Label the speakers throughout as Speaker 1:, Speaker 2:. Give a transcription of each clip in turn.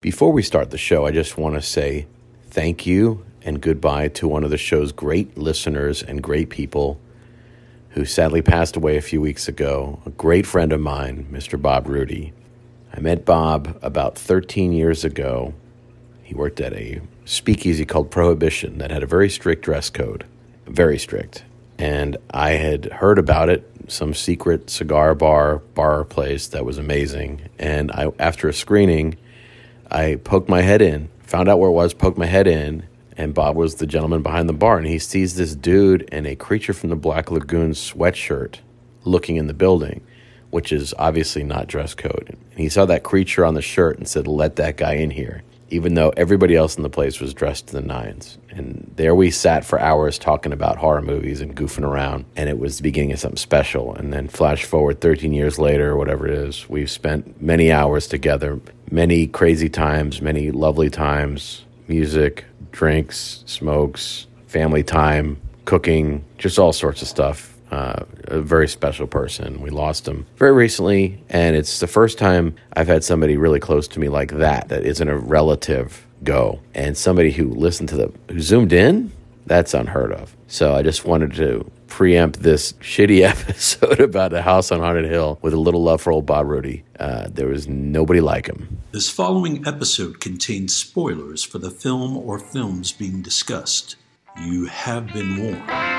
Speaker 1: Before we start the show, I just want to say thank you and goodbye to one of the show's great listeners and great people who sadly passed away a few weeks ago, a great friend of mine, Mr. Bob Rudy. I met Bob about 13 years ago. He worked at a speakeasy called Prohibition that had a very strict dress code, very strict. And I had heard about it, some secret cigar bar, bar place that was amazing. And I, after a screening, I poked my head in, found out where it was, poked my head in, and Bob was the gentleman behind the bar. And he sees this dude in a Creature from the Black Lagoon sweatshirt looking in the building, which is obviously not dress code. And he saw that creature on the shirt and said, Let that guy in here, even though everybody else in the place was dressed to the nines. And there we sat for hours talking about horror movies and goofing around. And it was the beginning of something special. And then flash forward 13 years later, or whatever it is, we've spent many hours together, many crazy times, many lovely times, music, drinks, smokes, family time, cooking, just all sorts of stuff. Uh, a very special person. We lost him very recently, and it's the first time I've had somebody really close to me like that, that isn't a relative, go. And somebody who listened to the, who zoomed in, that's unheard of. So I just wanted to preempt this shitty episode about the house on Haunted Hill with a little love for old Bob Rudy. Uh, there was nobody like him.
Speaker 2: This following episode contains spoilers for the film or films being discussed. You have been warned.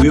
Speaker 2: We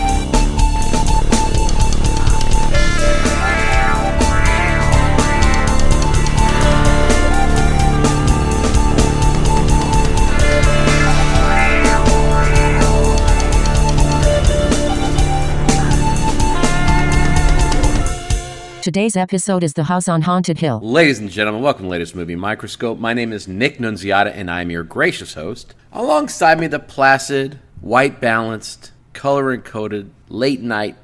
Speaker 3: Today's episode is The House on Haunted Hill.
Speaker 1: Ladies and gentlemen, welcome to the latest movie microscope. My name is Nick Nunziata, and I'm your gracious host. Alongside me, the placid, white balanced, color encoded, late night,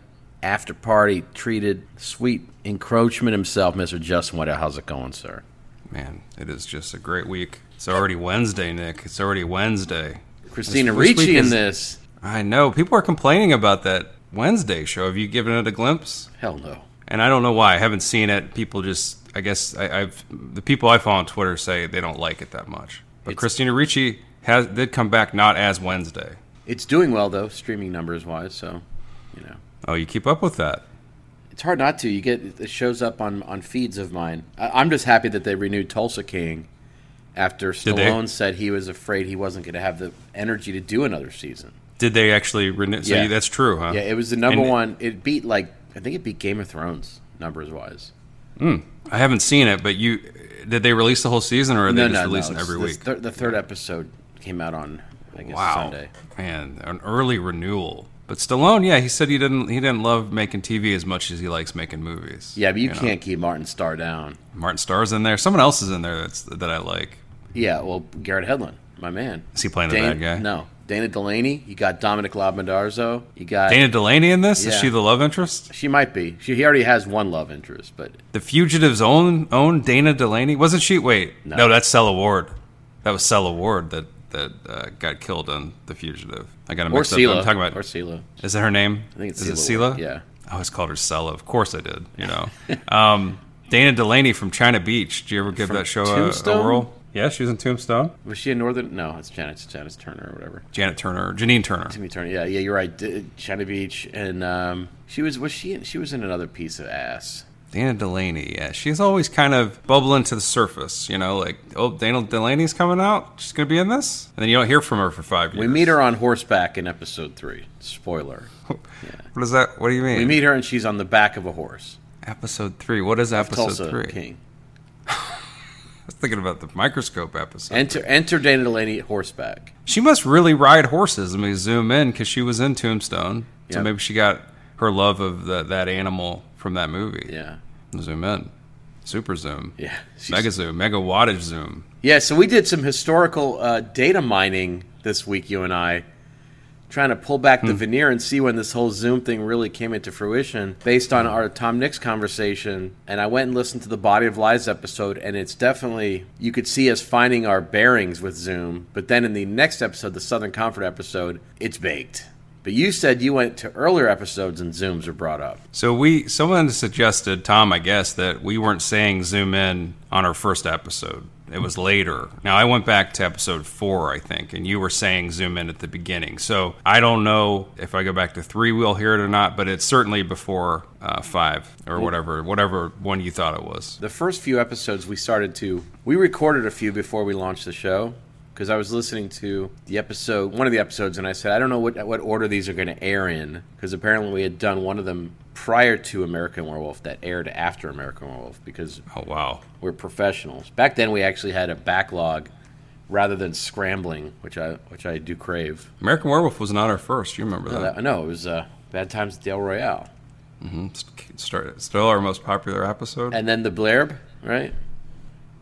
Speaker 1: after party treated, sweet encroachment himself, Mr. Justin Weddell. How's it going, sir?
Speaker 4: Man, it is just a great week. It's already Wednesday, Nick. It's already Wednesday.
Speaker 1: Christina
Speaker 4: This- this week
Speaker 1: Ricci in
Speaker 4: is-
Speaker 1: this.
Speaker 4: I know. People are complaining about that Wednesday show. Have you given it a glimpse?
Speaker 1: Hell no.
Speaker 4: And I don't know why. I haven't seen it. People just, I guess, I, I've the people I follow on Twitter say they don't like it that much. But
Speaker 1: It's-
Speaker 4: Christina Ricci has did come back not as Wednesday.
Speaker 1: It's doing well, though, streaming numbers wise, so, you know.
Speaker 4: Oh, you keep up with that?
Speaker 1: It's hard not to. You get it shows up on on feeds of mine. I, I'm just happy that they renewed Tulsa King after
Speaker 4: they?
Speaker 1: Stallone said he was afraid he wasn't going to have the energy to do another season.
Speaker 4: Did they actually renew? So
Speaker 1: Yeah.
Speaker 4: you, that's true, huh?
Speaker 1: Yeah, it was the number
Speaker 4: Oh. And-
Speaker 1: one. It beat like I think it beat Game of Thrones numbers wise.
Speaker 4: I haven't seen it, but you did they release the whole season, or are they just releasing
Speaker 1: it's-
Speaker 4: every
Speaker 1: the
Speaker 4: week?
Speaker 1: thir- the third episode came out on I guess
Speaker 4: wow.
Speaker 1: Sunday.
Speaker 4: Man, an early renewal. But Stallone, yeah, he said he didn't he didn't love making TV as much as he likes making movies.
Speaker 1: Yeah, but you,
Speaker 4: know,
Speaker 1: can't keep Martin Starr down.
Speaker 4: Martin Starr's in there. Someone else is in there that's that I like.
Speaker 1: Yeah, well, Garrett Hedlund, my man.
Speaker 4: Is he playing the
Speaker 1: Dana-
Speaker 4: bad guy?
Speaker 1: No, Dana Delaney. You got Dominic Labandarzo. You got
Speaker 4: Dana Delaney in this?
Speaker 1: Yeah.
Speaker 4: Is she the love interest?
Speaker 1: She might be. She he already has one love interest, but
Speaker 4: The Fugitive's own own Dana Delaney? Wasn't she? Wait, no, that's Stella Ward. That was Stella Ward that that uh, got killed on The Fugitive. I got to
Speaker 1: or
Speaker 4: mix up.
Speaker 1: Sela.
Speaker 4: I'm talking about.
Speaker 1: or Sela.
Speaker 4: is that her name?
Speaker 1: I think it's
Speaker 4: is
Speaker 1: Sela.
Speaker 4: it Sela?
Speaker 1: Yeah.
Speaker 4: I always called her Sela. Of course I did. You know, um, Dana Delaney from China Beach. Do you ever give
Speaker 1: From
Speaker 4: that show a,
Speaker 1: Tombstone?
Speaker 4: a whirl? Yeah, she was in Tombstone.
Speaker 1: Was she a Northern? No, it's Janet. Janice Turner or whatever.
Speaker 4: Janet Turner, Janine Turner.
Speaker 1: Timmy Turner. Yeah, yeah, you're right. D- China Beach, and um, she was was she in, she was in another piece of ass.
Speaker 4: Dana Delaney. Yeah, she's always kind of bubbling to the surface. You know, like oh, Dana Delaney's coming out. She's gonna be in this, and then you don't hear from her for five years.
Speaker 1: We meet her on horseback in episode three. Spoiler.
Speaker 4: What is that? What do you mean?
Speaker 1: We meet her and she's on the back of a horse.
Speaker 4: episode three. What is episode
Speaker 1: Tulsa
Speaker 4: three?
Speaker 1: King.
Speaker 4: thinking about the microscope episode.
Speaker 1: Enter enter Dana Delaney horseback.
Speaker 4: she must really ride horses. Let me zoom in because she was in Tombstone, so
Speaker 1: Yep.
Speaker 4: maybe she got her love of the, that animal from that movie.
Speaker 1: Yeah.
Speaker 4: Zoom in, super zoom,
Speaker 1: Yeah. she's-
Speaker 4: mega zoom, mega wattage zoom.
Speaker 1: Yeah, so we did some historical uh, data mining this week, you and I, trying to pull back the veneer and see when this whole Zoom thing really came into fruition based on our Tom Nix conversation. And I went and listened to the Body of Lies episode, and it's definitely, you could see us finding our bearings with Zoom. But then in the next episode, the Southern Comfort episode, it's baked. But you said you went to earlier episodes and Zooms were brought up.
Speaker 4: So we someone suggested Tom, I guess, that we weren't saying zoom in on our first episode. It was later. Now I went back to episode four, I think, and you were saying zoom in at the beginning. So I don't know if I go back to three, we'll hear it or not, but it's certainly before uh, five or whatever, whatever one you thought it was.
Speaker 1: The first few episodes we started to we recorded a few before we launched the show because I was listening to the episode one of the episodes and I said I don't know what what order these are going to air in because apparently we had done one of them prior to American Werewolf that aired after American Werewolf because
Speaker 4: Oh wow,
Speaker 1: we're professionals. Back then we actually had a backlog rather than scrambling, which I which I do crave.
Speaker 4: American Werewolf was not our first. You remember
Speaker 1: No,
Speaker 4: that? Mm,
Speaker 1: that, no it was uh, Bad Times at Del Royale
Speaker 4: It's Start, still our most popular episode,
Speaker 1: and then the blurb, right?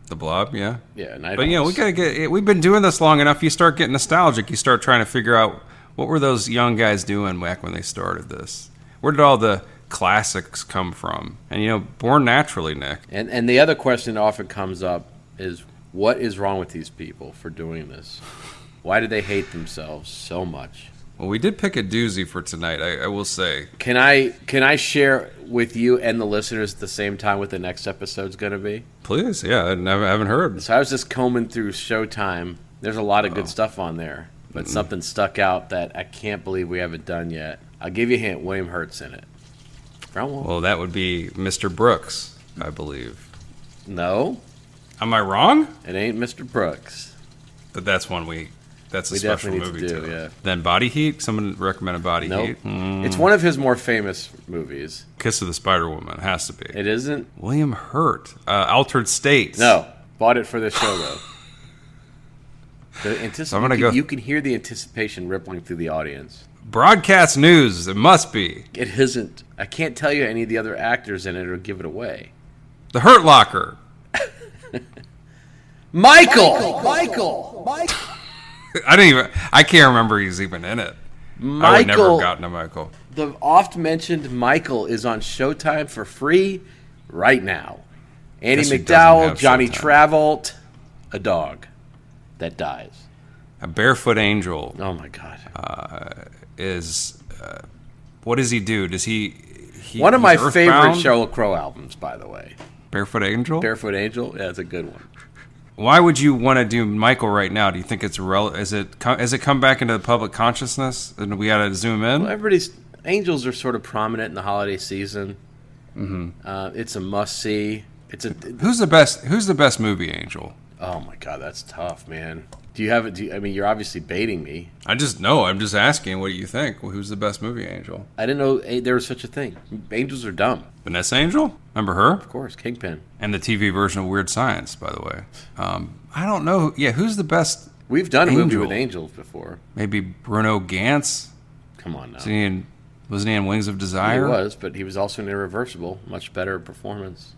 Speaker 4: The Blob. Yeah.
Speaker 1: Yeah, Night
Speaker 4: But yeah, we
Speaker 1: Owls.
Speaker 4: gotta get. eh, We've been doing this long enough. You start getting nostalgic. You start trying to figure out what were those young guys doing back when they started this. Where did all the classics come from? And you know, born naturally, Nick.
Speaker 1: And and the other question that often comes up is what is wrong with these people for doing this? Why do they hate themselves so much?
Speaker 4: Well, we did pick a doozy for tonight. I, I will say.
Speaker 1: Can I can I share with you and the listeners at the same time what the next episode's going to be?
Speaker 4: Please, yeah, I never- I haven't heard.
Speaker 1: So I was just combing through Showtime. There's a lot of
Speaker 4: Oh.
Speaker 1: good stuff on there, but
Speaker 4: Mm-hmm.
Speaker 1: something stuck out that I can't believe we haven't done yet. I'll give you a hint. William Hurt's in it. Brown Wolf?
Speaker 4: Well, that would be Mr. Brooks, I believe.
Speaker 1: No,
Speaker 4: Am I wrong?
Speaker 1: it ain't Mr. Brooks.
Speaker 4: But that's one we. That's a
Speaker 1: We
Speaker 4: special
Speaker 1: definitely need
Speaker 4: movie
Speaker 1: to do,
Speaker 4: too.
Speaker 1: yeah.
Speaker 4: Then Body Heat. Someone recommended Body
Speaker 1: Nope.
Speaker 4: Heat. Mm,
Speaker 1: It's one of his more famous movies.
Speaker 4: Kiss of the Spider Woman has to be.
Speaker 1: It isn't?
Speaker 4: William Hurt, uh, Altered States.
Speaker 1: No, bought it for the show though. The antici-
Speaker 4: I'm gonna
Speaker 1: you,
Speaker 4: go-
Speaker 1: can, you can hear the anticipation rippling through the audience.
Speaker 4: Broadcast news. It must be
Speaker 1: It isn't. I can't tell you any of the other actors in it or give it away.
Speaker 4: the Hurt Locker.
Speaker 1: Michael.
Speaker 4: I didn't even. I can't remember he's even in it. I would never
Speaker 1: Michael.
Speaker 4: have gotten to Michael.
Speaker 1: The oft-mentioned Michael is on Showtime for free right now. Andy
Speaker 4: Guess who doesn't
Speaker 1: McDowell,
Speaker 4: have
Speaker 1: Johnny
Speaker 4: Showtime?
Speaker 1: Travolta, a dog that dies.
Speaker 4: A barefoot angel
Speaker 1: Oh my god.
Speaker 4: Uh, is. Uh, what does he do? Does he? he
Speaker 1: one of
Speaker 4: he's
Speaker 1: my favorite
Speaker 4: earthbound?
Speaker 1: Sheryl Crow albums, by the way.
Speaker 4: Barefoot Angel.
Speaker 1: Barefoot Angel, yeah, it's a good one.
Speaker 4: Why would you want to do Michael right now? Do you think it's rel- Is it? co- Has it come back into the public consciousness? And we got to zoom in.
Speaker 1: Well, everybody's angels are sort of prominent in the holiday season. Mm-hmm. Uh, it's a must see. It's a
Speaker 4: Who's the best? Who's the best movie angel?
Speaker 1: oh my god, that's tough, man. Do you have it? Do you, I mean, you're obviously baiting me.
Speaker 4: I just know. I'm just asking. What do you think? Who's the best movie angel?
Speaker 1: I didn't know eh, there was such a thing. Angels are dumb,
Speaker 4: Vanessa Angel. Remember her?
Speaker 1: of course. Kingpin.
Speaker 4: and the TV version of Weird Science, by the way. Um, I don't know. Yeah, who's the best?
Speaker 1: We've done a movie
Speaker 4: Angel.
Speaker 1: with angels before.
Speaker 4: Maybe Bruno Gantz.
Speaker 1: Come on now.
Speaker 4: Was he in, wasn't he in Wings of
Speaker 1: he
Speaker 4: Desire?
Speaker 1: was, but he was also in Irreversible. Much better performance.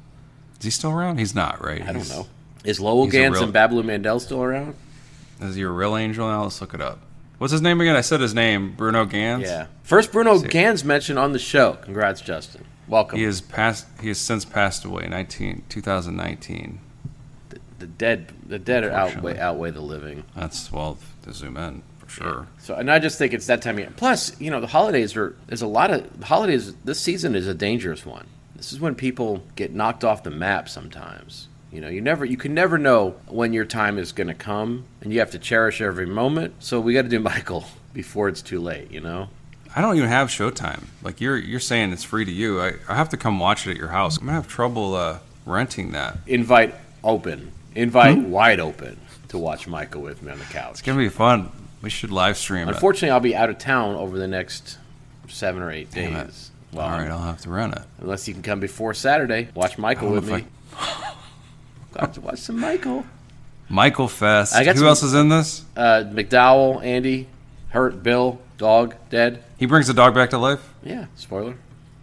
Speaker 4: Is he still around? He's not, right?
Speaker 1: I don't know. Is Lowell
Speaker 4: he's a
Speaker 1: Gans
Speaker 4: real-
Speaker 1: and Babalu Mandel still around?
Speaker 4: Is he a real angel now? Let's look it up. What's his name again? I said his name, Bruno Gantz.
Speaker 1: Yeah. First Bruno Gans mentioned on the show. Congrats, Justin. Welcome.
Speaker 4: He is passed. He has since passed away. 19, 2019.
Speaker 1: the dead, the dead are outweigh
Speaker 4: Unfortunately.
Speaker 1: outweigh the living.
Speaker 4: That's well to zoom in for sure.
Speaker 1: So, and I just think it's that time of year. Plus, you know, the holidays are there's a lot of the holidays. This season is a dangerous one. This is when people get knocked off the map sometimes. You know, you never, you can never know when your time is going to come, and you have to cherish every moment. So we got to do Michael before it's too late. You know,
Speaker 4: I don't even have Showtime. Like you're you're saying it's free to you. I, I have to come watch it at your house. I'm gonna have trouble uh, renting that.
Speaker 1: invite open, invite wide open to watch Michael with me on the couch.
Speaker 4: It's gonna be fun. We should live stream it.
Speaker 1: Unfortunately, I'll be out of town over the next seven or eight
Speaker 4: Damn it.
Speaker 1: days. Well,
Speaker 4: All right, I'll have to rent it. Oh,
Speaker 1: unless you can come before Saturday, watch Michael
Speaker 4: I
Speaker 1: with
Speaker 4: don't know
Speaker 1: me.
Speaker 4: if
Speaker 1: got to watch some Michael.
Speaker 4: Michael Fest.
Speaker 1: I got
Speaker 4: Who
Speaker 1: some-
Speaker 4: else is in this?
Speaker 1: Uh, McDowell, Andy, Hurt, Bill, Dog, Dead.
Speaker 4: He brings the dog back to life.
Speaker 1: Yeah, spoiler.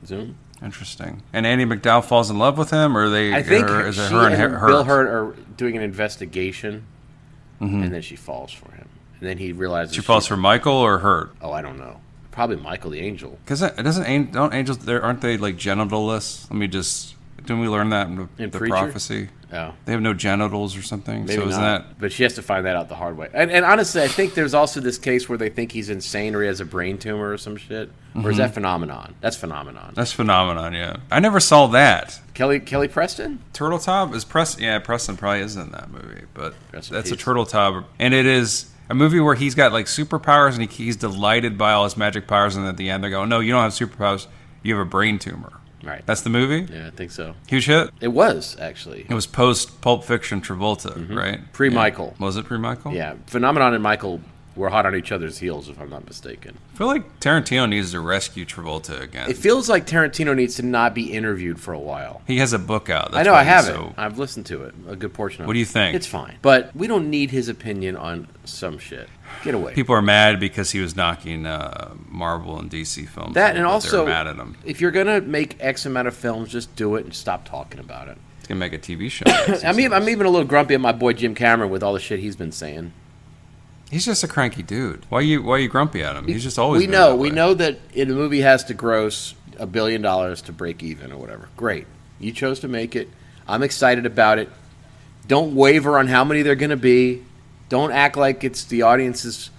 Speaker 1: Zoom.
Speaker 4: Interesting. And Andy McDowell falls in love with him, or they?
Speaker 1: I think
Speaker 4: or is it
Speaker 1: she
Speaker 4: her and
Speaker 1: and
Speaker 4: her?
Speaker 1: Bill Hurt are doing an investigation, and then she falls for him. And then he realizes
Speaker 4: Mm-hmm. She falls for Michael or Hurt?
Speaker 1: Oh, I don't know. Probably Michael the Angel.
Speaker 4: Because it doesn't an- don't angels there aren't they like genitalless? Let me just didn't we learn that in, the-
Speaker 1: In
Speaker 4: the
Speaker 1: Preacher?
Speaker 4: prophecy?
Speaker 1: Oh,
Speaker 4: They have no genitals or something.
Speaker 1: maybe
Speaker 4: so isn't
Speaker 1: not. But she has to find that out the hard way. And, and honestly, I think there's also this case where they think he's insane or he has a brain tumor or some shit. Or
Speaker 4: Mm-hmm.
Speaker 1: is that phenomenon? That's phenomenon.
Speaker 4: that that's phenomenon? Yeah, I never saw that.
Speaker 1: Kelly Kelly Preston.
Speaker 4: Turtle Top is Preston. Yeah, Preston probably is in that movie, but
Speaker 1: Rest in
Speaker 4: that's a
Speaker 1: peace.
Speaker 4: Turtle Top, and it is a movie where he's got like superpowers and he, he's delighted by all his magic powers, and at the end they go, "No, you don't have superpowers. You have a brain tumor."
Speaker 1: Right.
Speaker 4: That's the movie.
Speaker 1: yeah, I think so.
Speaker 4: Huge hit.
Speaker 1: It was actually.
Speaker 4: It was post Pulp Fiction Travolta, right?
Speaker 1: Mm-hmm. Pre-Michael.
Speaker 4: Yeah. Was it pre Michael?
Speaker 1: Yeah, Phenomenon and Michael were hot on each other's heels, if I'm not mistaken.
Speaker 4: I feel like Tarantino needs to rescue Travolta again.
Speaker 1: It feels like Tarantino needs to not be interviewed for a while.
Speaker 4: he has a book out.
Speaker 1: I
Speaker 4: That's
Speaker 1: know
Speaker 4: why
Speaker 1: I
Speaker 4: he's
Speaker 1: have
Speaker 4: so-
Speaker 1: it. I've listened to it a good portion of it.
Speaker 4: What do you think?
Speaker 1: It's fine, but we don't need his opinion on some shit. Get away.
Speaker 4: People are mad because he was knocking uh, Marvel and DC films.
Speaker 1: that
Speaker 4: out,
Speaker 1: and
Speaker 4: but
Speaker 1: also,
Speaker 4: they're mad at him.
Speaker 1: if you're gonna make X amount of films, just do it and stop talking about it.
Speaker 4: He's gonna make a TV show.
Speaker 1: I'm even, I'm even a little grumpy at my boy Jim Cameron with all the shit he's been saying.
Speaker 4: he's just a cranky dude. Why you Why you grumpy at him? He's just always.
Speaker 1: we
Speaker 4: been
Speaker 1: know
Speaker 4: that
Speaker 1: we
Speaker 4: way.
Speaker 1: know that in a movie has to gross a billion dollars to break even or whatever great you chose to make it i'm excited about it don't waver on how many they're going to be don't act like it's the audience's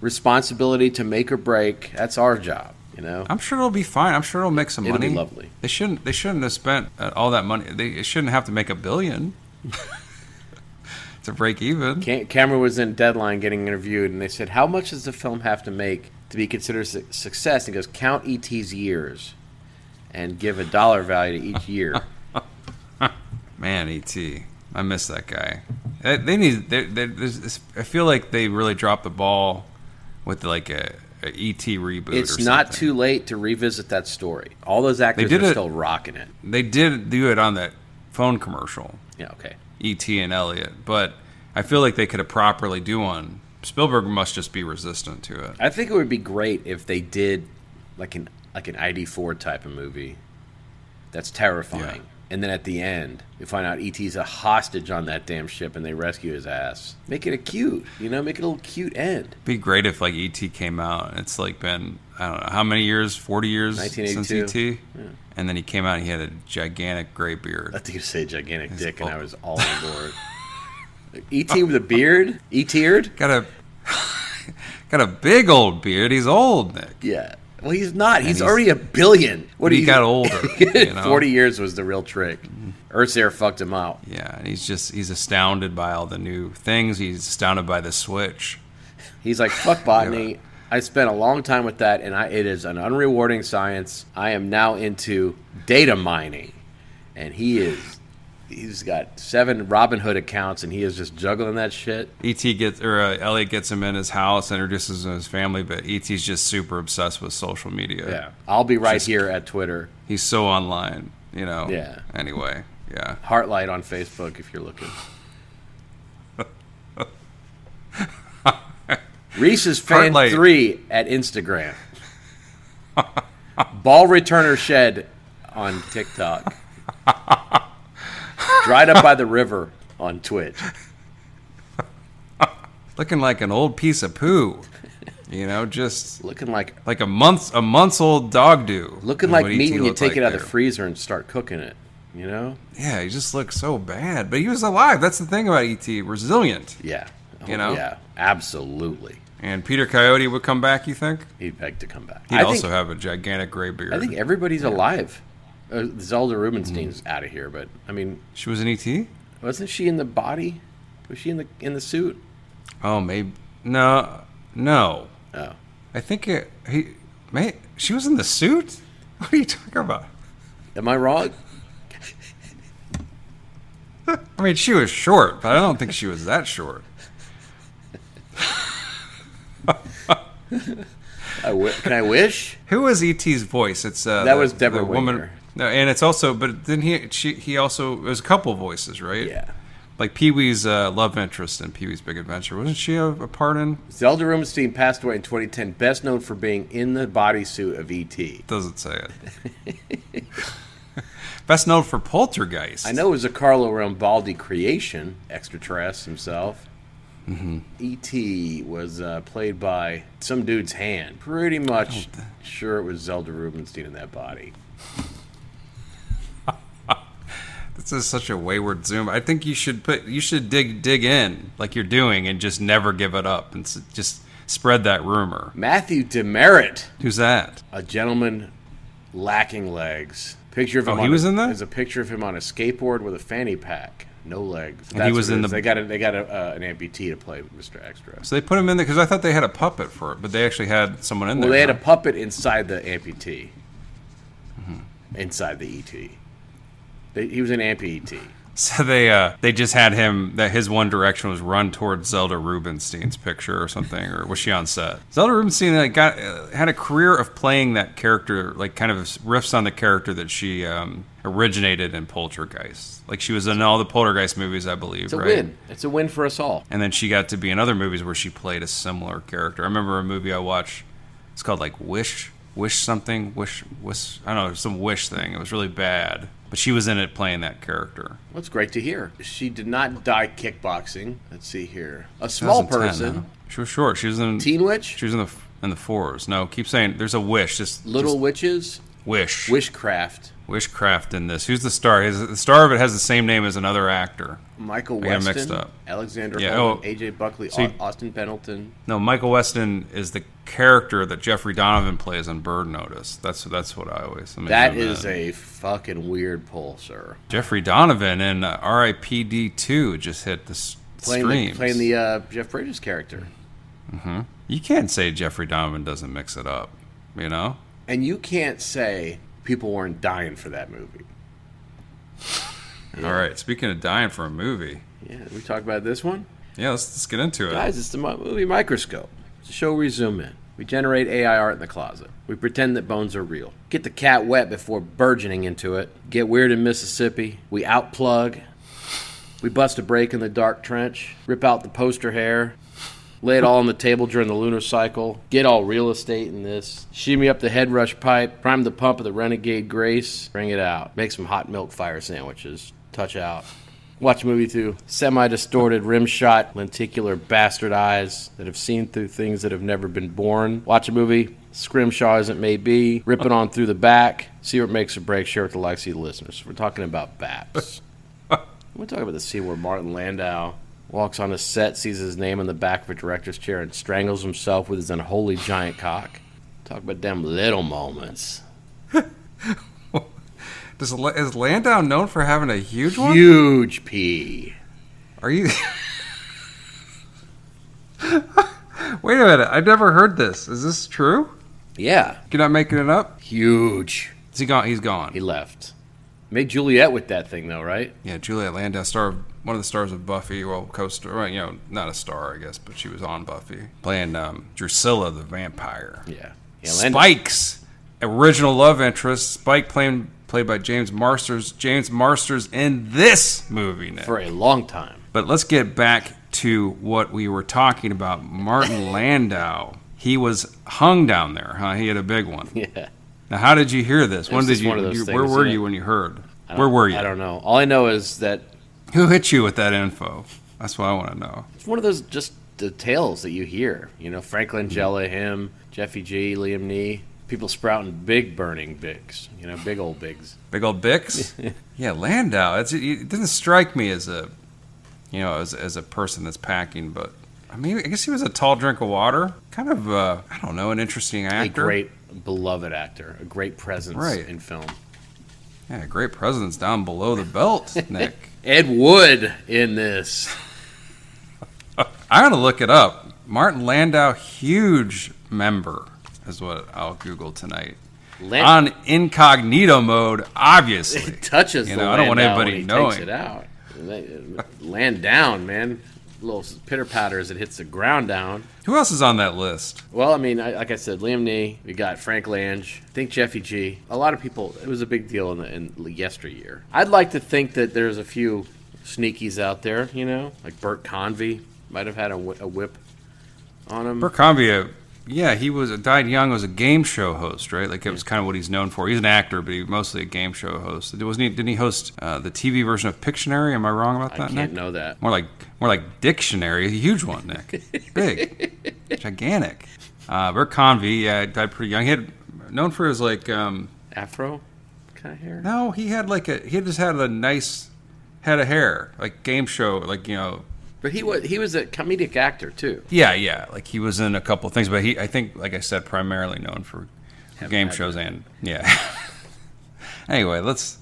Speaker 1: responsibility to make or break that's our job you know
Speaker 4: I'm sure it'll be fine. I'm sure it'll make some
Speaker 1: It'll be
Speaker 4: money.
Speaker 1: lovely.
Speaker 4: They shouldn't. They shouldn't have spent uh, all that money. They it shouldn't have to make a billion to break even.
Speaker 1: Cam- cameron was in deadline getting interviewed and they said how much does the film have to make to be considered a su- success and he goes count et's years and give a dollar value to each year
Speaker 4: Man, ET, I miss that guy. They, they need. They, they, there's- I feel like they really dropped the ball with like a, a ET reboot.
Speaker 1: It's
Speaker 4: or
Speaker 1: not
Speaker 4: something.
Speaker 1: too late to revisit that story. All those actors
Speaker 4: did
Speaker 1: are
Speaker 4: it-
Speaker 1: still rocking it.
Speaker 4: They did do it on that phone commercial,
Speaker 1: Yeah, okay.
Speaker 4: ET and Elliot, but I feel like they could have properly do one. Spielberg must just be resistant to it.
Speaker 1: I think it would be great if they did like an like an ID four type of movie. That's terrifying.
Speaker 4: Yeah.
Speaker 1: And then at the end, you find out ET's a hostage on that damn ship, and they rescue his ass. Make it a cute, you know, make it a little cute end.
Speaker 4: It'd be great if like ET came out and it's like been I don't know how many years, forty years since ET,
Speaker 1: 1982.
Speaker 4: and then he came out and he had a gigantic gray beard.
Speaker 1: I think you say gigantic
Speaker 4: It's
Speaker 1: dick, and I
Speaker 4: bull-
Speaker 1: was all on board. ET with a beard, ET'd.
Speaker 4: Got a got a big old beard. He's old, Nick.
Speaker 1: Yeah. Well, he's not. He's,
Speaker 4: he's-
Speaker 1: already a billion. What do
Speaker 4: he
Speaker 1: you
Speaker 4: got older, you know? Mm-hmm.
Speaker 1: Forty years was the real trick. Earth's air fucked him out.
Speaker 4: Yeah, and he's just he's astounded by all the new things. He's astounded by the Switch.
Speaker 1: He's like, fuck botany. I spent a long time with that, and I, it is an unrewarding science. I am now into data mining, and he is. He's got seven Robinhood accounts, and he is just juggling that shit.
Speaker 4: ET gets or uh, Elliot gets him in his house, introduces him to his family, but ET's just super obsessed with social media.
Speaker 1: I'll be right
Speaker 4: Just-
Speaker 1: here at Twitter,
Speaker 4: he's so online, you know.
Speaker 1: Yeah.
Speaker 4: Anyway, yeah.
Speaker 1: Heartlight on Facebook if you're looking. Reese's fan
Speaker 4: Heartlight.
Speaker 1: three at Instagram. Ball returner shed on TikTok. Dried up by the river on Twitch.
Speaker 4: Looking like an old piece of poo, you know, just
Speaker 1: Looking like
Speaker 4: like a month a month's old dog do.
Speaker 1: looking
Speaker 4: is
Speaker 1: like
Speaker 4: what
Speaker 1: meat
Speaker 4: ET
Speaker 1: when you
Speaker 4: looked
Speaker 1: take
Speaker 4: like
Speaker 1: it out of
Speaker 4: there.
Speaker 1: the freezer and start cooking it. You know?
Speaker 4: Yeah, he just looked so bad, but he was alive. That's the thing about ET, resilient.
Speaker 1: Yeah.
Speaker 4: You know?
Speaker 1: Yeah. Absolutely.
Speaker 4: And Peter Coyote would come back. You think
Speaker 1: He'd beg to come back.
Speaker 4: he'd
Speaker 1: I
Speaker 4: also
Speaker 1: think-
Speaker 4: have a gigantic gray beard?
Speaker 1: I think everybody's alive. Uh, Zelda Rubinstein's out of here, but I mean,
Speaker 4: she was E an ET.
Speaker 1: wasn't she in the body? Was she in the in the suit?
Speaker 4: Oh, maybe no, no.
Speaker 1: Oh,
Speaker 4: I think it, he, may, she was in the suit. What are you talking about?
Speaker 1: am I wrong?
Speaker 4: I mean, she was short, but I don't think she was that short.
Speaker 1: I wi- can I wish?
Speaker 4: Who was ET's voice? It's uh,
Speaker 1: That was Deborah Winger.
Speaker 4: No, and it's also, but then he she he also it was a couple voices, right?
Speaker 1: Yeah.
Speaker 4: Like Pee Wee's uh, love interest in Pee Wee's Big Adventure. Wasn't she a, a part in?
Speaker 1: Zelda Rubinstein passed away in 2010, best known for being in the bodysuit of E E.T.
Speaker 4: Doesn't say it. Best known for Poltergeist.
Speaker 1: I know it was a Carlo Rambaldi creation, extraterrestrial himself. E.T. was uh, played by some dude's hand. Pretty much sure it was Zelda Rubinstein in that body.
Speaker 4: This is such a wayward zoom. I think you should put you should dig dig in like you're doing and just never give it up and s- just spread that rumor.
Speaker 1: Matthew Demerit,
Speaker 4: Who's that?
Speaker 1: a gentleman lacking legs. Picture of him.
Speaker 4: Oh, he
Speaker 1: on
Speaker 4: was
Speaker 1: a,
Speaker 4: in that?
Speaker 1: There's a picture of him on a skateboard with a fanny pack, no legs.
Speaker 4: he
Speaker 1: That's
Speaker 4: was
Speaker 1: what it
Speaker 4: in
Speaker 1: is.
Speaker 4: the-
Speaker 1: They got a, they got a, uh, an amputee to play Mr. Extra.
Speaker 4: So they put him in there because I thought they had a puppet for it, but they actually had someone in
Speaker 1: Well,
Speaker 4: there.
Speaker 1: they had a
Speaker 4: right?
Speaker 1: puppet inside the amputee,
Speaker 4: Mm-hmm.
Speaker 1: inside the ET. They, he was an amputee.
Speaker 4: so they uh, they just had him that his one direction was run towards Zelda Rubinstein's picture or something, or was she on set? Zelda Rubinstein like, got uh, had a career of playing that character, like kind of riffs on the character that she um, originated in Poltergeist. Like she was in all the Poltergeist movies, I believe.
Speaker 1: It's a
Speaker 4: right?
Speaker 1: win. It's a win for us all.
Speaker 4: And then she got to be in other movies where she played a similar character. I remember a movie I watched. It's called like Wish, Wish something, Wish, Wish. I don't know, some Wish thing. It was really bad, but she was in it playing that character.
Speaker 1: That's great to hear. She did not die kickboxing. Let's see here. A small
Speaker 4: 2010,
Speaker 1: person,
Speaker 4: huh? She was short. She was in
Speaker 1: Teen Witch,
Speaker 4: She was in the in the fours. No, keep saying. There's a Wish. Just
Speaker 1: Little
Speaker 4: just
Speaker 1: Witches,
Speaker 4: Wish.
Speaker 1: Wishcraft,
Speaker 4: Wishcraft in this. Who's the star? Is the star of it has the same name as another actor.
Speaker 1: Michael
Speaker 4: I got 'em
Speaker 1: Weston,
Speaker 4: mixed up.
Speaker 1: Alexander
Speaker 4: Yeah,
Speaker 1: Holden,
Speaker 4: oh,
Speaker 1: AJ Buckley,
Speaker 4: so you-
Speaker 1: Au- Austin Pendleton.
Speaker 4: No, Michael Weston is the character that Jeffrey Donovan plays on Bird Notice. That's that's what I always. let me
Speaker 1: That
Speaker 4: zoom
Speaker 1: is
Speaker 4: in.
Speaker 1: a fucking weird pull, sir.
Speaker 4: Jeffrey Donovan and uh, R.I.P.D. two just hit the s-
Speaker 1: Playing
Speaker 4: streams.
Speaker 1: the, playing the uh, Jeff Bridges character.
Speaker 4: you can't say Jeffrey Donovan doesn't mix it up. You know,
Speaker 1: And you can't say people weren't dying for that movie.
Speaker 4: All right. Speaking of dying for a movie,
Speaker 1: Yeah, we talked about this one.
Speaker 4: yeah, let's, let's get into it.
Speaker 1: Guys, it's the mo- movie Microscope. It's a show where we zoom in. We generate AI art in the closet. We pretend that bones are real. Get the cat wet before burgeoning into it. Get weird in Mississippi. We outplug. We bust a break in the dark trench. Rip out the poster hair. Lay it all on the table during the lunar cycle. Get all real estate in this. Shimmy up the head rush pipe. Prime the pump of the renegade grace. Bring it out. Make some hot milk fire sandwiches. Touch out. Watch a movie through semi distorted rim shot, lenticular bastard eyes that have seen through things that have never been born. Watch a movie, scrimshaw as it may be, rip it on through the back, see what makes or breaks, share with the likes of the listeners. We're talking about BAPS. We're talking about the scene where Martin Landau walks on a set, sees his name on the back of a director's chair, and strangles himself with his unholy giant cock. Talk about them little moments.
Speaker 4: Does, La- is Landau known for having a huge one?
Speaker 1: Huge pee.
Speaker 4: Are you? Wait a minute! I've never heard this. Is this true?
Speaker 1: Yeah,
Speaker 4: You're not making it up?
Speaker 1: huge.
Speaker 4: Is he gone? He's gone.
Speaker 1: He left. Made Juliet with that thing though, right?
Speaker 4: Yeah, Juliet Landau, star of, one of the stars of Buffy, well, co-star, well, you know, not a star, I guess, but she was on Buffy, playing um, Drusilla the vampire.
Speaker 1: Yeah. Yeah, Landau-
Speaker 4: Spike's original love interest, Spike, playing, played by James Marsters. James Marsters in this movie, Nick.
Speaker 1: for a long time.
Speaker 4: But let's get back to what we were talking about. Martin Landau, he was hung down there, huh? He had a big one.
Speaker 1: Yeah.
Speaker 4: Now, how did you hear this? When
Speaker 1: was
Speaker 4: did
Speaker 1: just
Speaker 4: you?
Speaker 1: one of those
Speaker 4: you-
Speaker 1: things,
Speaker 4: where were
Speaker 1: yeah.
Speaker 4: you when you heard? Where were you?
Speaker 1: I don't know. All I know is that
Speaker 4: Who hit you with that info? That's what I want to know.
Speaker 1: it's one of those just the tales that you hear. You know, Frank
Speaker 4: Mm-hmm.
Speaker 1: Langella, him, Jeffy G, Liam Nee, people sprouting big burning bigs. You know, big old bigs.
Speaker 4: Big old Bix. yeah, Landau. It's, it doesn't strike me as a, you know, as, as a person that's packing, but I mean, I guess he was a tall drink of water. Kind of, uh, I don't know, an interesting
Speaker 1: A
Speaker 4: actor.
Speaker 1: great beloved actor, a great presence
Speaker 4: Right.
Speaker 1: in film.
Speaker 4: Yeah, great presence down below the belt, Nick.
Speaker 1: Ed Wood in this.
Speaker 4: I gotta look it up. Martin Landau, huge member, is what I'll Google tonight.
Speaker 1: Lan-
Speaker 4: On incognito mode, obviously.
Speaker 1: it touches
Speaker 4: You
Speaker 1: the
Speaker 4: know, I don't want
Speaker 1: Landau
Speaker 4: anybody
Speaker 1: when he
Speaker 4: knowing.
Speaker 1: takes it out. La- Land down, man. Little pitter patter as it hits the ground down.
Speaker 4: Who else is on that list?
Speaker 1: Well, I mean, I, like I said, Liam Nee. We got Frank Lange. I think Jeffy G. A lot of people. It was a big deal in, the, in yesteryear. I'd like to think that there's a few sneakies out there, you know, like Bert Convey might have had a, whi- a whip on him.
Speaker 4: Burkambia, uh, yeah, he was died young. Was a game show host, right? Like it was kind of what he's known for. He's an actor, but he was mostly a game show host. Wasn't he? Didn't he host uh, the TV version of Pictionary? Am I wrong about
Speaker 1: I
Speaker 4: that?
Speaker 1: can't
Speaker 4: Nick?
Speaker 1: know that.
Speaker 4: More like more like dictionary, a huge one, Nick. Big, gigantic. Uh, Bert Convey, yeah, died pretty young. He had known for his like um,
Speaker 1: Afro kind of hair.
Speaker 4: no, he had like a he just had a nice head of hair, like game show, like you know
Speaker 1: But he was he was a comedic actor too.
Speaker 4: Yeah, yeah. Like he was in a couple things, but he, I think, like I said, primarily known for, for game shows and yeah. anyway, let's.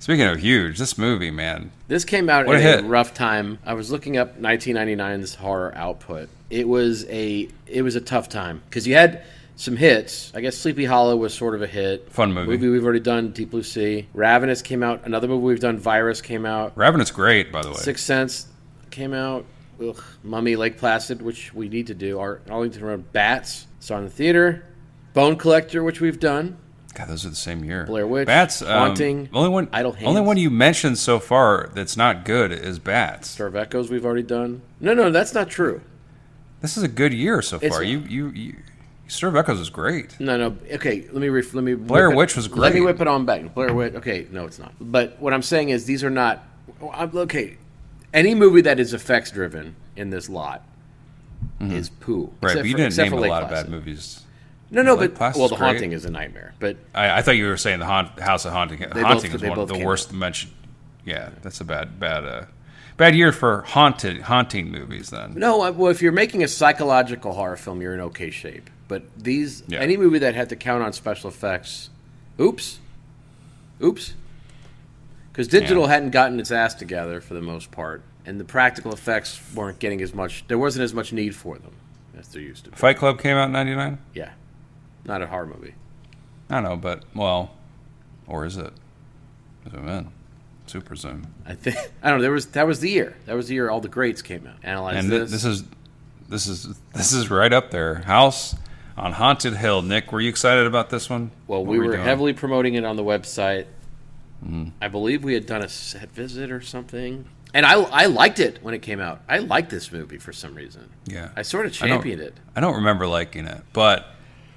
Speaker 4: Speaking of huge, this movie, man.
Speaker 1: This came out
Speaker 4: What a
Speaker 1: at
Speaker 4: hit.
Speaker 1: a rough time. I was looking up 1999's horror output. It was a it was a tough time because you had some hits. I guess Sleepy Hollow was sort of a hit.
Speaker 4: Fun movie.
Speaker 1: Movie we've already done. Deep Blue Sea. Ravenous came out. Another movie we've done. Virus came out.
Speaker 4: Ravenous great, by the way.
Speaker 1: Sixth Sense came out. Ugh, Mummy Lake Placid, which we need to do. Our Arlington Road Bats. Saw in the theater. Bone Collector, which we've done.
Speaker 4: God, those are the same year.
Speaker 1: Blair Witch,
Speaker 4: Bats, um,
Speaker 1: Haunting,
Speaker 4: Only one,
Speaker 1: Idle
Speaker 4: only
Speaker 1: Hands.
Speaker 4: one you mentioned so far that's not good is Bats.
Speaker 1: Star of Echoes, we've already done. No, no, that's not true.
Speaker 4: This is a good year so
Speaker 1: It's
Speaker 4: far.
Speaker 1: not.
Speaker 4: You, you, you. Star of Echoes is great.
Speaker 1: No, no. Okay, let me ref- let me.
Speaker 4: Blair
Speaker 1: whip it-
Speaker 4: Witch was
Speaker 1: Let me
Speaker 4: great.
Speaker 1: whip it on back. Blair Witch. Okay, no, it's not. But what I'm saying is these are not. well, I'm, okay, any movie that is effects driven in this lot is poo.
Speaker 4: Mm-hmm. Right,
Speaker 1: Except
Speaker 4: but you
Speaker 1: for-
Speaker 4: didn't
Speaker 1: except
Speaker 4: name
Speaker 1: for
Speaker 4: a
Speaker 1: Lake
Speaker 4: lot of
Speaker 1: Placid.
Speaker 4: bad movies.
Speaker 1: No, no,
Speaker 4: Lake
Speaker 1: but
Speaker 4: Placid's
Speaker 1: well, the
Speaker 4: great.
Speaker 1: haunting is a nightmare. But
Speaker 4: I, I thought you were saying the haunt, House of Haunting. haunting
Speaker 1: both-
Speaker 4: is
Speaker 1: they
Speaker 4: one
Speaker 1: both
Speaker 4: of the
Speaker 1: came
Speaker 4: worst mentioned. Yeah, that's a bad, bad, uh, bad year for haunted, haunting movies. Then
Speaker 1: no, I- well, if you're making a psychological horror film, you're in okay shape. But these,
Speaker 4: Yeah.
Speaker 1: any movie that had to count on special effects, oops, oops, because digital
Speaker 4: Yeah.
Speaker 1: hadn't gotten its ass together for the most part, and the practical effects weren't getting as much. There wasn't as much need for them as there used to be.
Speaker 4: Fight Club came out in '99.
Speaker 1: Yeah, not a horror movie.
Speaker 4: I don't know, but well, or is it? Zoom in, super zoom,
Speaker 1: I think I don't know. There was that was the year. That was the year all the greats came out. Analyze
Speaker 4: and thi-
Speaker 1: this.
Speaker 4: this is, this is, this is right up there. House on Haunted Hill. Nick, were you excited about this one?
Speaker 1: well,
Speaker 4: What
Speaker 1: we
Speaker 4: you
Speaker 1: were
Speaker 4: doing? Mm-hmm.
Speaker 1: heavily promoting it on the website. I believe we had done a set visit or something. And I, I liked it when it came out. I liked this movie for some reason.
Speaker 4: Yeah.
Speaker 1: I sort of
Speaker 4: I don't-
Speaker 1: championed it.
Speaker 4: I don't remember liking it, but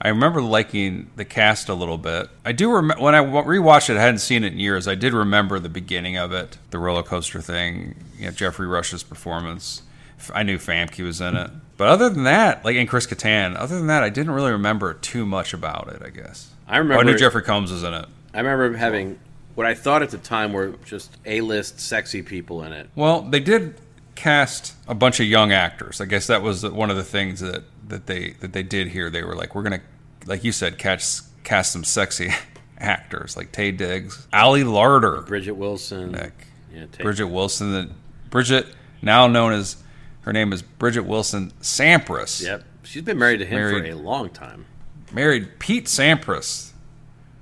Speaker 4: I remember liking the cast a little bit. I do remember when I wa- rewatched it. I hadn't seen it in years. I did remember the beginning of it, the roller coaster thing. You know, Jeffrey Rush's performance. F- I knew Famke was in it, but other than that, like and Chris Kattan. Other than that, I didn't really remember too much about it. I guess
Speaker 1: I
Speaker 4: Oh, I
Speaker 1: remember
Speaker 4: knew Jeffrey Combs was in it.
Speaker 1: I remember having what I thought at the time were just A-list sexy people in it.
Speaker 4: Well, they did cast a bunch of young actors. I guess that was one of the things that, that they that they did here. They were like, we're gonna, like you said, catch cast some sexy actors like Tay Diggs, Ali Larder,
Speaker 1: Bridget Wilson.
Speaker 4: Nick,
Speaker 1: Yeah, take-
Speaker 4: Bridget Wilson, the Bridget now known as her name is Bridget Wilson Sampras.
Speaker 1: Yep. She's been married to him
Speaker 4: Married.
Speaker 1: for a long time.
Speaker 4: married Pete Sampras,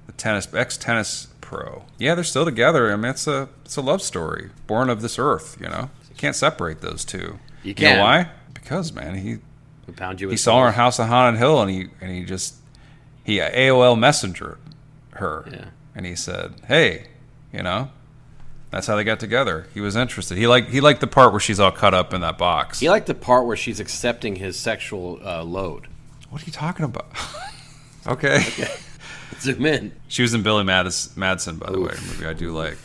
Speaker 4: the tennis ex tennis pro. Yeah, they're still together. I mean, it's a it's a love story born of this earth. You know, you can't separate those two.
Speaker 1: You
Speaker 4: know
Speaker 1: can.
Speaker 4: why? Because man, he
Speaker 1: Who pound you
Speaker 4: he
Speaker 1: with
Speaker 4: saw her in House on Haunted Hill, and he and he just he AOL messenger her,
Speaker 1: Yeah.
Speaker 4: and he said, "Hey, you know." That's how they got together. He was interested. He liked he liked the part where she's all cut up in that box.
Speaker 1: He liked the part where she's accepting his sexual uh, load.
Speaker 4: What are you talking about? okay.
Speaker 1: Zoom in.
Speaker 4: She was in Billy Madis- Madison, by the way. A movie I do like.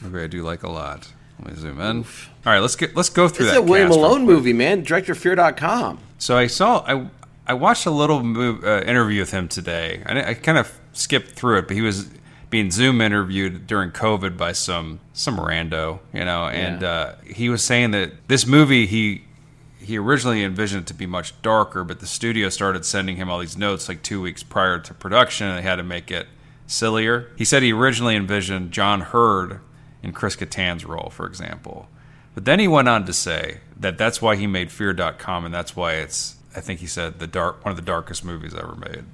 Speaker 4: A Movie I do like a lot. Let me zoom in. All right, let's get let's go through
Speaker 1: This is
Speaker 4: that.
Speaker 1: a William
Speaker 4: cast real
Speaker 1: Malone
Speaker 4: quick.
Speaker 1: movie, man. Directorfear.com.
Speaker 4: So I saw I I watched a little move, uh, interview with him today. I, di- I kind of skipped through it, but he was being Zoom interviewed during COVID by some some rando, you know, and
Speaker 1: Yeah.
Speaker 4: uh, he was saying that this movie he he originally envisioned it to be much darker, but the studio started sending him all these notes like two weeks prior to production, and they had to make it sillier. He said he originally envisioned John Hurd in Chris Kattan's role, for example. But then he went on to say that that's why he made Fear.com, and that's why it's, I think he said, the dark one of the darkest movies ever made.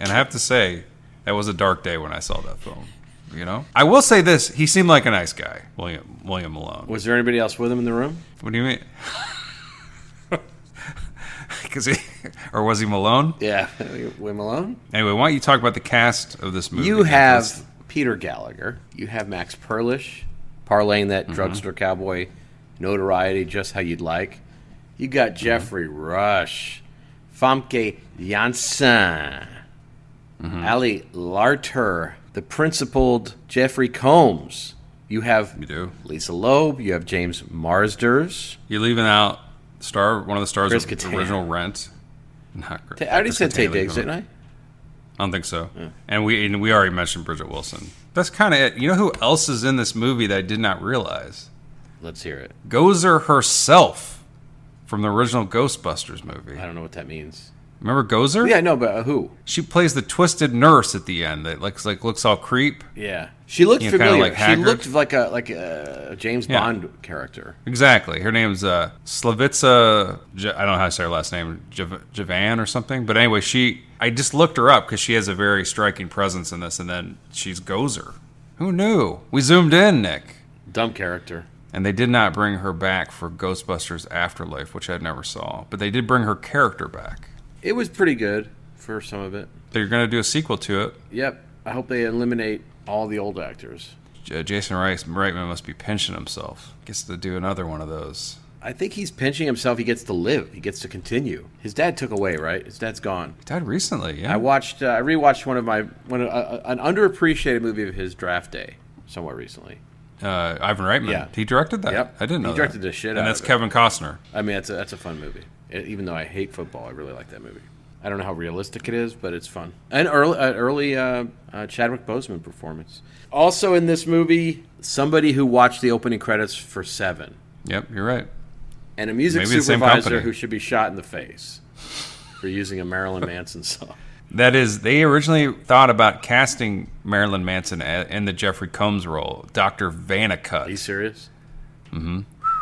Speaker 4: And I have to say, that was a dark day when I saw that film. You know, I will say this: he seemed like a nice guy, William William Malone.
Speaker 1: Was there anybody else with him in the room?
Speaker 4: What do you mean? Because he, or was he Malone?
Speaker 1: Yeah, William Malone.
Speaker 4: Anyway, why don't you talk about the cast of this movie?
Speaker 1: You have Peter Gallagher. You have Max Perlish. parlaying that drugstore cowboy notoriety just how you'd like. You got Jeffrey Rush, Famke Janssen, Ali Larter, the principled Jeffrey Combs. You have
Speaker 4: You do.
Speaker 1: Lisa Loeb. You have James Marsders.
Speaker 4: You're leaving out star one of the stars
Speaker 1: Chris
Speaker 4: of
Speaker 1: Kattan.
Speaker 4: original Rent. Not great.
Speaker 1: I already
Speaker 4: Chris
Speaker 1: said
Speaker 4: Kattan
Speaker 1: Tay
Speaker 4: leaving
Speaker 1: Diggs,
Speaker 4: them.
Speaker 1: didn't I?
Speaker 4: I don't think so. And we and we already mentioned Bridget Wilson. That's kind of it. You know who else is in this movie that I did not realize?
Speaker 1: Let's hear it.
Speaker 4: Gozer herself from the original Ghostbusters movie.
Speaker 1: I don't know what that means.
Speaker 4: Remember Gozer?
Speaker 1: Yeah, I know, but who?
Speaker 4: She plays the twisted nurse at the end that looks like looks all creep.
Speaker 1: Yeah, she looked
Speaker 4: You know, kinda
Speaker 1: familiar.
Speaker 4: like
Speaker 1: she
Speaker 4: Haggard.
Speaker 1: looked like a like a James
Speaker 4: Yeah.
Speaker 1: Bond character.
Speaker 4: Exactly. Her name's uh, Slavica. J- I don't know how to say her last name, Jav- Javan or something. But anyway, she. I just looked her up because she has a very striking presence in this, and then she's Gozer. Who knew? We zoomed in, Nick,
Speaker 1: Dumb character.
Speaker 4: and they did not bring her back for Ghostbusters Afterlife, which I never saw. But they did bring her character back.
Speaker 1: It was pretty good for some of it.
Speaker 4: They're going to do a sequel to it.
Speaker 1: Yep. I hope they eliminate all the old actors.
Speaker 4: J- Jason Rice Reitman must be pinching himself. Gets to do another one of those.
Speaker 1: I think he's pinching himself. He gets to live. He gets to continue. His dad took away, right? His dad's gone.
Speaker 4: Died recently, yeah.
Speaker 1: I watched. Uh, I rewatched one of my one of- uh, an underappreciated movie of his draft day somewhat recently.
Speaker 4: uh, Ivan Reitman.
Speaker 1: Yeah.
Speaker 4: He directed that.
Speaker 1: Yep.
Speaker 4: I didn't
Speaker 1: He
Speaker 4: know.
Speaker 1: directed
Speaker 4: that.
Speaker 1: the shit
Speaker 4: And
Speaker 1: out
Speaker 4: that's
Speaker 1: of it.
Speaker 4: Kevin Costner.
Speaker 1: I mean, that's a, that's a fun movie. E- Even though I hate football, I really like that movie. I don't know how realistic it is, but it's fun. An early, an early uh, uh, Chadwick Boseman performance. Also in this movie, somebody who watched the opening credits for Seven,
Speaker 4: Yep, you're right.
Speaker 1: and a music
Speaker 4: Maybe the same
Speaker 1: supervisor
Speaker 4: company.
Speaker 1: who should be shot in the face for using a Marilyn Manson song.
Speaker 4: That is, they originally thought about casting Marilyn Manson a- in the Jeffrey Combs role, Doctor
Speaker 1: Are you
Speaker 4: Vanicut.
Speaker 1: serious?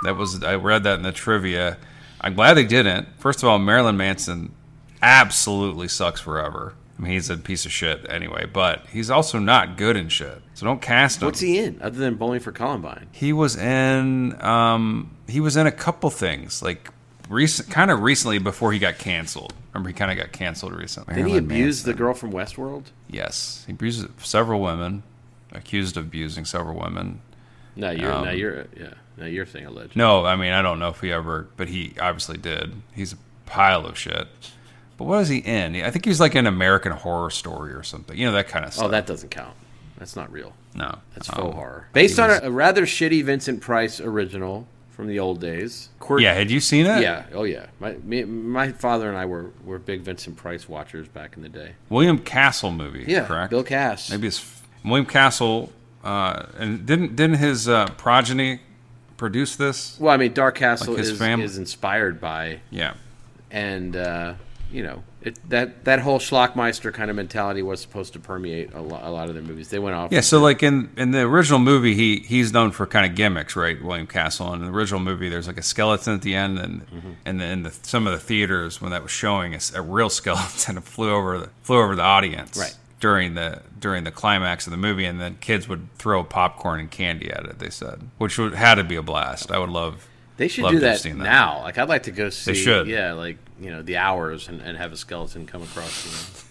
Speaker 4: That was I read that in the trivia. I'm glad they didn't. First of all, Marilyn Manson absolutely sucks forever. I mean, he's a piece of shit anyway, but he's also not good in shit. So don't cast him.
Speaker 1: What's he in other than Bowling for Columbine?
Speaker 4: He was in um he was in a couple things like recent kind of recently before he got canceled. Remember he kind of got canceled recently.
Speaker 1: Didn't he
Speaker 4: Marilyn
Speaker 1: abuse the
Speaker 4: Manson.
Speaker 1: girl from Westworld?
Speaker 4: Yes, he abused several women, accused of abusing several women.
Speaker 1: No, you're no, you're yeah, no, you're saying alleged.
Speaker 4: Um, No, I mean I don't know if he ever, but he obviously did. He's a pile of shit. But what is he in? I think he's like an American Horror Story or something. You know that kind of stuff.
Speaker 1: Oh, that doesn't count. That's not real.
Speaker 4: no,
Speaker 1: That's
Speaker 4: Um,
Speaker 1: faux horror. Based on a, a rather shitty Vincent Price original from the old days. Quirk-
Speaker 4: Yeah, had you seen it?
Speaker 1: Yeah. Oh, yeah. My me, my father and I were, were big Vincent Price watchers back in the day.
Speaker 4: William Castle movie.
Speaker 1: Yeah.
Speaker 4: correct.
Speaker 1: Bill Cass.
Speaker 4: Maybe it's William Castle. Uh, and didn't didn't his uh, progeny produce this?
Speaker 1: Well, I mean, Dark Castle
Speaker 4: Like his
Speaker 1: is,
Speaker 4: fam-
Speaker 1: is inspired by,
Speaker 4: Yeah,
Speaker 1: and uh, you know, it, that that whole schlockmeister kind of mentality was supposed to permeate a, lo- a lot of their movies. They went off.
Speaker 4: yeah. So like in in the original movie, he he's known for kind of gimmicks, right? William Castle. In the original movie, there's like a skeleton at the end, and and then in the, some of the theaters when that was showing, a, s- a real skeleton flew over the, flew over the audience.
Speaker 1: Right.
Speaker 4: During the during the climax of the movie, and then kids would throw popcorn and candy at it. They said, which would, had to be a blast. I would love.
Speaker 1: They should
Speaker 4: love
Speaker 1: do
Speaker 4: to have
Speaker 1: that,
Speaker 4: seen that.
Speaker 1: now. Like, I'd like to go see.
Speaker 4: should.
Speaker 1: Yeah, like you know, the hours and, and have a skeleton come across. You know.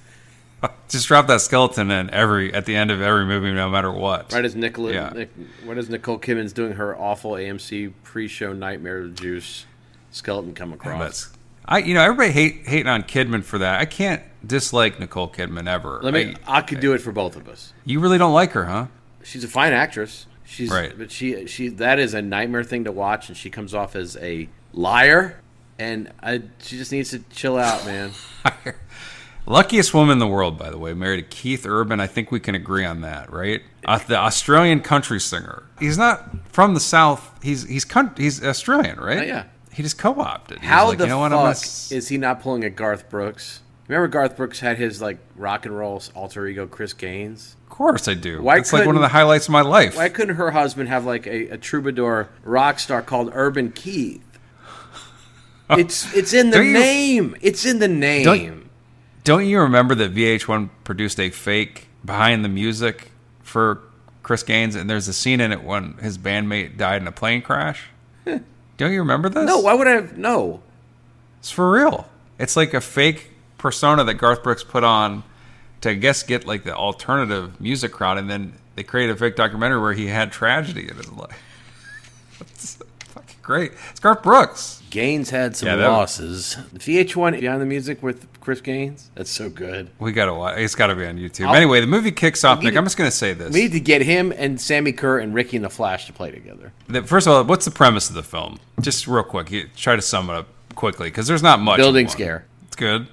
Speaker 4: Just drop that skeleton in every at the end of every movie, no matter what.
Speaker 1: Right as Nicola,
Speaker 4: Yeah.
Speaker 1: Nic, what is Nicole Kidman's doing her awful AMC pre-show nightmare juice skeleton come across?
Speaker 4: That's I you know everybody hate hating on Kidman for that. I can't dislike Nicole Kidman ever.
Speaker 1: Let me.
Speaker 4: I-
Speaker 1: I, could do it for both of us.
Speaker 4: you really don't like her, huh?
Speaker 1: She's a fine actress. She's
Speaker 4: Right.
Speaker 1: but she she that is a nightmare thing to watch, and she comes off as a liar. And I, she just needs to chill out, man.
Speaker 4: Luckiest woman in the world, by the way, married to Keith Urban. I think we can agree on that, right? Uh, the Australian country singer. He's not from the South. He's he's coun- he's Australian, right?
Speaker 1: Oh, yeah.
Speaker 4: He just co-opted. He was
Speaker 1: How
Speaker 4: like,
Speaker 1: the
Speaker 4: you know what,
Speaker 1: fuck
Speaker 4: I'm gonna s-
Speaker 1: is he not pulling a Garth Brooks? Remember Garth Brooks had his like rock and roll alter ego Chris Gaines.
Speaker 4: Of course I do.
Speaker 1: Why
Speaker 4: It's like one of
Speaker 1: couldn't-
Speaker 4: the highlights of my life.
Speaker 1: Why couldn't her husband have like a, a troubadour rock star called Urban Keith? It's it's in the
Speaker 4: Don't you-
Speaker 1: name. It's in the name.
Speaker 4: Don't- Don't you remember that VH1 produced a fake behind the music for Chris Gaines, and there's a scene in it when his bandmate died in a plane crash? Don't you remember this?
Speaker 1: no, why would I have no?
Speaker 4: it's for real. It's like a fake persona that Garth Brooks put on to, I guess, get like the alternative music crowd, and then they created a fake documentary where he had tragedy in his life. It's fucking great. It's Garth Brooks.
Speaker 1: Gaines had some
Speaker 4: Yeah, that-
Speaker 1: losses. VH1 Behind the Music with Chris Gaines. That's so good.
Speaker 4: We gotta watch. It's gotta be on YouTube. But anyway, the movie kicks off. Nick,
Speaker 1: need-
Speaker 4: I'm just gonna say this.
Speaker 1: We need to get him and Sammy Kerr and Ricky and the Flash to play together.
Speaker 4: The- First of all, what's the premise of the film? Just real quick, you try to sum it up quickly because there's not much.
Speaker 1: Building
Speaker 4: in one.
Speaker 1: scare.
Speaker 4: It's good.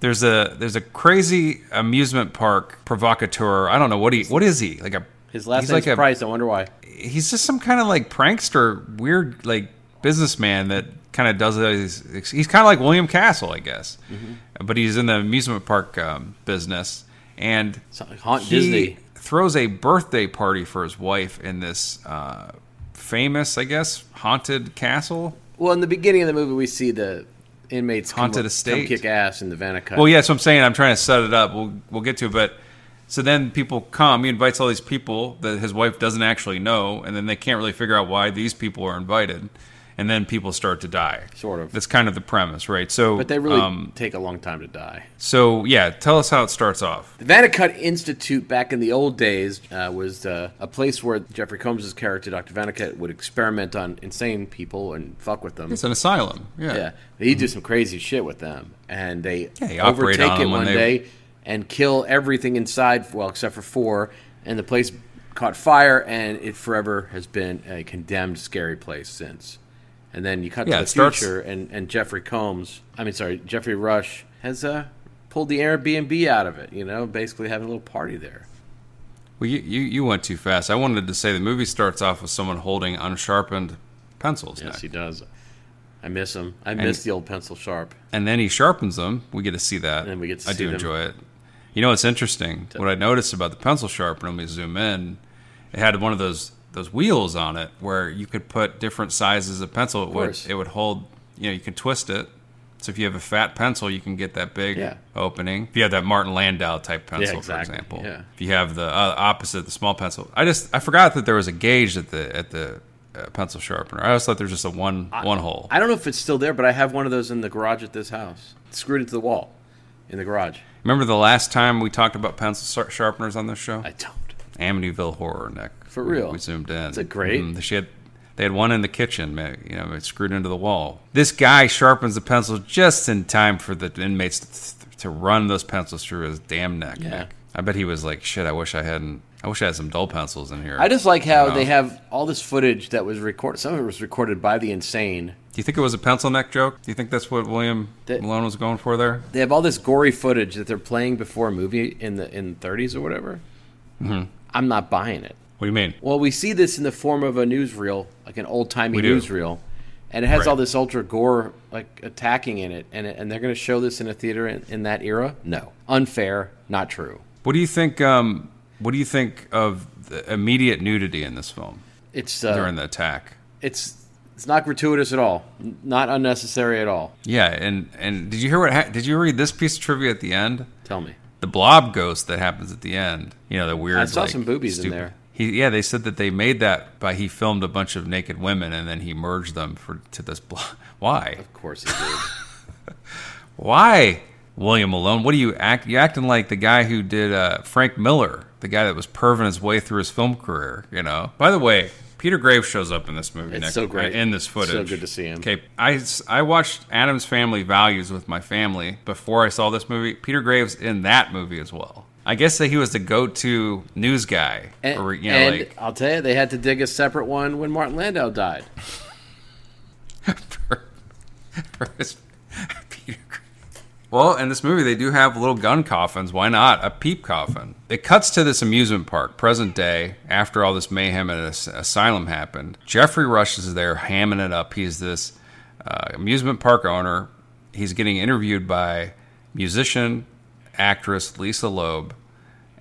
Speaker 4: There's a there's a crazy amusement park provocateur. I don't know what he what is he like a
Speaker 1: His last
Speaker 4: he's
Speaker 1: name's
Speaker 4: like a,
Speaker 1: Price. I wonder why.
Speaker 4: He's just some kind of like prankster, weird like businessman that kind of does these. He's kind of like William Castle, I guess,
Speaker 1: Mm-hmm.
Speaker 4: but he's in the amusement park um, business and
Speaker 1: So- Haunt
Speaker 4: he
Speaker 1: Disney.
Speaker 4: throws a birthday party for his wife in this uh, famous, I guess, haunted castle.
Speaker 1: Well, in the beginning of the movie, we see the inmates come
Speaker 4: Haunted
Speaker 1: up- come,
Speaker 4: Estate.
Speaker 1: kick ass in the Vanicut.
Speaker 4: Well, yeah, that's what I'm saying. I'm trying to set it up. We'll we'll get to it, but so then people come. He invites all these people that his wife doesn't actually know, and then they can't really figure out why these people are invited, and then people start to die.
Speaker 1: Sort of.
Speaker 4: That's kind of the premise, right? So,
Speaker 1: But they really
Speaker 4: um,
Speaker 1: take a long time to die.
Speaker 4: so yeah, tell us how it starts off.
Speaker 1: The Vanicut Institute back in the old days uh, was uh, a place where Jeffrey Combs' character, Dr. Vanicut, would experiment on insane people and fuck with them.
Speaker 4: It's an asylum. Yeah.
Speaker 1: Yeah, they do some crazy shit with them, and they
Speaker 4: Yeah, they operate
Speaker 1: overtake
Speaker 4: on
Speaker 1: it
Speaker 4: them when
Speaker 1: one
Speaker 4: they-
Speaker 1: day and kill everything inside. Well, except for four, and the place caught fire, and it forever has been a condemned, scary place since. And then you cut
Speaker 4: Yeah,
Speaker 1: to
Speaker 4: it
Speaker 1: the
Speaker 4: starts-
Speaker 1: future, and, and Jeffrey Combs, I mean, sorry, Jeffrey Rush has uh, pulled the Airbnb out of it. You know, basically having a little party there.
Speaker 4: Well, you, you you went too fast. I wanted to say the movie starts off with someone holding unsharpened pencils,
Speaker 1: Yes,
Speaker 4: Nick.
Speaker 1: he does. I miss him. I miss the old pencil sharp.
Speaker 4: and then he sharpens them. We get to see that.
Speaker 1: And we get to
Speaker 4: I
Speaker 1: see
Speaker 4: do
Speaker 1: them.
Speaker 4: enjoy it. You know, it's interesting. What I noticed about the pencil sharpener, when we zoom in, it had one of those those wheels on it where you could put different sizes of pencil. It would
Speaker 1: course.
Speaker 4: it would hold. You know, you can twist it. So if you have a fat pencil, you can get that big
Speaker 1: Yeah.
Speaker 4: opening. If you have that Martin Landau type pencil, for
Speaker 1: exactly.
Speaker 4: example,
Speaker 1: Yeah.
Speaker 4: if you have the uh, opposite, the small pencil. I just I forgot that there was a gauge at the at the uh, pencil sharpener. I always thought there was just a one one hole.
Speaker 1: I don't know if it's still there, but I have one of those in the garage at this house, screwed into the wall in the garage.
Speaker 4: Remember the last time we talked about pencil sar- sharpeners on this show?
Speaker 1: I don't.
Speaker 4: Amityville Horror, Nick.
Speaker 1: For
Speaker 4: We-
Speaker 1: real?
Speaker 4: We, zoomed in.
Speaker 1: it great?
Speaker 4: Mhm. She had, they had one in the kitchen, ma- you know, it's screwed into the wall. This guy sharpens the pencil just in time for the inmates to, to run those pencils through his damn neck.
Speaker 1: Yeah.
Speaker 4: Nick. I bet he was like, "Shit, I wish I hadn't. I wish I had some dull pencils in here."
Speaker 1: I just like how
Speaker 4: You know?
Speaker 1: they have all this footage that was recorded. Some of it was recorded by the insane.
Speaker 4: Do you think it was a pencil neck joke? Do you think that's what William
Speaker 1: That-
Speaker 4: Malone was going for there?
Speaker 1: They have all this gory footage that they're playing before a movie in the in the 30s or whatever.
Speaker 4: Mm-hmm.
Speaker 1: I'm not buying it.
Speaker 4: What do you mean?
Speaker 1: Well, we see this in the form of a newsreel, like an old timey
Speaker 4: We do.
Speaker 1: newsreel, and it has
Speaker 4: Right.
Speaker 1: all this ultra gore like attacking in it, and and they're going to show this in a theater in, in that era. No, unfair, not true.
Speaker 4: What do you think? Um, what do you think of the immediate nudity in this film
Speaker 1: It's uh,
Speaker 4: during the attack?
Speaker 1: it's it's not gratuitous at all, N- not unnecessary at all.
Speaker 4: Yeah, and and did you hear what? Ha- did you read this piece of trivia at the end?
Speaker 1: Tell me,
Speaker 4: The blob ghost that happens at the end. You know the weird.
Speaker 1: I saw
Speaker 4: like,
Speaker 1: some boobies in
Speaker 4: stupid-
Speaker 1: there.
Speaker 4: He, yeah, they said that they made that by he filmed a bunch of naked women and then he merged them for to this blob. Why?
Speaker 1: of course it did.
Speaker 4: Why? William Malone, what are you act? You acting like the guy who did uh, Frank Miller, the guy that was perving his way through his film career. You know. By the way, Peter Graves shows up in this movie.
Speaker 1: It's
Speaker 4: Nick,
Speaker 1: so great.
Speaker 4: in this
Speaker 1: So
Speaker 4: footage.
Speaker 1: good to see him.
Speaker 4: Okay, I s- I watched Adam's Family Values with my family before I saw this movie. Peter Graves in that movie as well. I guess that he was the go-to news guy.
Speaker 1: And,
Speaker 4: or, you know,
Speaker 1: and
Speaker 4: like-
Speaker 1: I'll tell you, they had to dig a separate one when Martin Landau died.
Speaker 4: for- for his- Peter Cr- Well, in this movie, they do have little gun coffins. Why not a peep coffin? It cuts to this amusement park, present day, after all this mayhem at this asylum happened. Jeffrey Rush is there hamming it up. He's this uh, amusement park owner. He's getting interviewed by musician, actress Lisa Loeb,